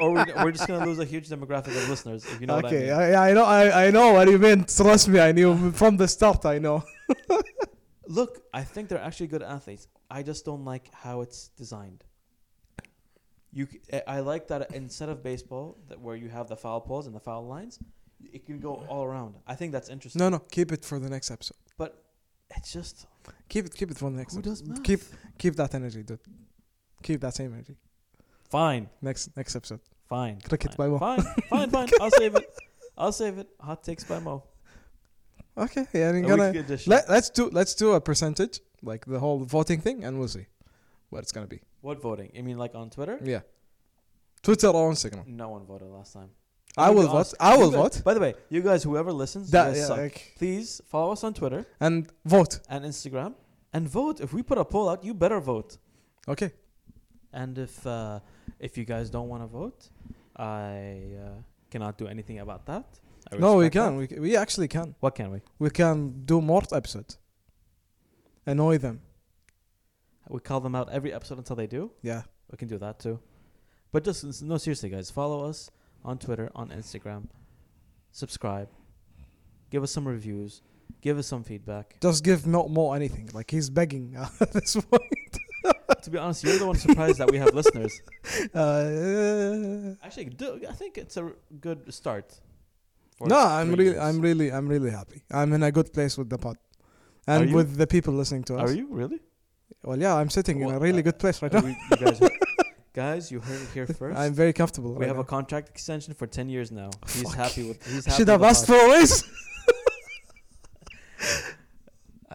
Speaker 1: or we, we're just gonna lose a huge demographic of listeners if you know what I
Speaker 2: okay,
Speaker 1: mean.
Speaker 2: I, I, know, I, I know what you meant. Trust me, I knew from the start. I know.
Speaker 1: Look, I think they're actually good athletes. I just don't like how it's designed. You, c- eh, I- I like that instead of baseball, that where you have the foul poles and the foul lines, it can go all around. I think that's interesting.
Speaker 2: No, no, keep it for the next episode.
Speaker 1: but it's just
Speaker 2: Keep it, keep it for the next.
Speaker 1: Who does
Speaker 2: episode.
Speaker 1: math?
Speaker 2: Keep, keep that energy, dude. Keep that same energy.
Speaker 1: Fine,
Speaker 2: Next, next episode.
Speaker 1: fine.
Speaker 2: Cricket
Speaker 1: fine.
Speaker 2: by Mo.
Speaker 1: Fine, fine,
Speaker 2: [laughs]
Speaker 1: fine. I'll save it. I'll save it. Hot takes by Mo.
Speaker 2: Okay, yeah, I'm
Speaker 1: A
Speaker 2: gonna
Speaker 1: weekly edition.
Speaker 2: let, let's do let's do a percentage, like the whole voting thing, and we'll see what it's gonna be.
Speaker 1: what voting? You mean like on Twitter?
Speaker 2: Yeah, Twitter or Instagram.
Speaker 1: No one voted last time.
Speaker 2: I
Speaker 1: You
Speaker 2: will
Speaker 1: guys-
Speaker 2: vote. I
Speaker 1: you
Speaker 2: will
Speaker 1: guys-
Speaker 2: vote
Speaker 1: By the way, you guys, whoever listens, you
Speaker 2: That-
Speaker 1: guys
Speaker 2: yeah,
Speaker 1: suck.
Speaker 2: like-
Speaker 1: Please follow us on Twitter
Speaker 2: and vote.
Speaker 1: and Instagram and vote. If we put a poll out, you better vote.
Speaker 2: Okay,
Speaker 1: And if uh, if you guys don't want to vote, I uh, cannot do anything about that. I
Speaker 2: no, we
Speaker 1: respect
Speaker 2: can.
Speaker 1: that.
Speaker 2: We, c- we actually can.
Speaker 1: What can we?
Speaker 2: We can do more episodes. Annoy them.
Speaker 1: We call them out every episode until they do.
Speaker 2: Yeah.
Speaker 1: We can do that too. But just s- no, seriously, guys, follow us on Twitter, on Instagram, subscribe, give us some reviews, give us some feedback.
Speaker 2: Just give Mo, Mo anything. Like he's begging [laughs] at this
Speaker 1: [laughs]
Speaker 2: point.
Speaker 1: to be honest, you're the one surprised that we have listeners.
Speaker 2: Uh,
Speaker 1: [laughs] Actually, do, I think it's a r- good start. for
Speaker 2: no, I'm
Speaker 1: three
Speaker 2: really,
Speaker 1: years.
Speaker 2: I'm really, I'm really happy. I'm in a good place with the pod,
Speaker 1: Are
Speaker 2: and
Speaker 1: you?
Speaker 2: with the people listening to us.
Speaker 1: Are you really?
Speaker 2: Well, yeah, I'm sitting in
Speaker 1: Well,
Speaker 2: a really
Speaker 1: uh,
Speaker 2: good place right
Speaker 1: Are
Speaker 2: now.
Speaker 1: we- you
Speaker 2: [laughs]
Speaker 1: guys, heard- guys, you heard it here 1st
Speaker 2: I'm very comfortable.
Speaker 1: we
Speaker 2: right
Speaker 1: have a
Speaker 2: now.
Speaker 1: contract extension for ten years now. He's
Speaker 2: Fuck.
Speaker 1: happy with. He's happy
Speaker 2: Should have
Speaker 1: with
Speaker 2: asked
Speaker 1: us.
Speaker 2: for a raise.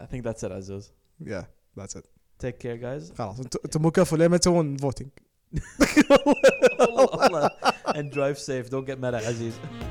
Speaker 1: I think that's it, Azuz.
Speaker 2: yeah, that's it.
Speaker 1: Take care,
Speaker 2: [laughs]
Speaker 1: guys.
Speaker 2: خلاص انتوا انتوا مكافئة ليه ما تسوون voting
Speaker 1: Allah, Allah. and drive safe. Don't get mad at Aziz.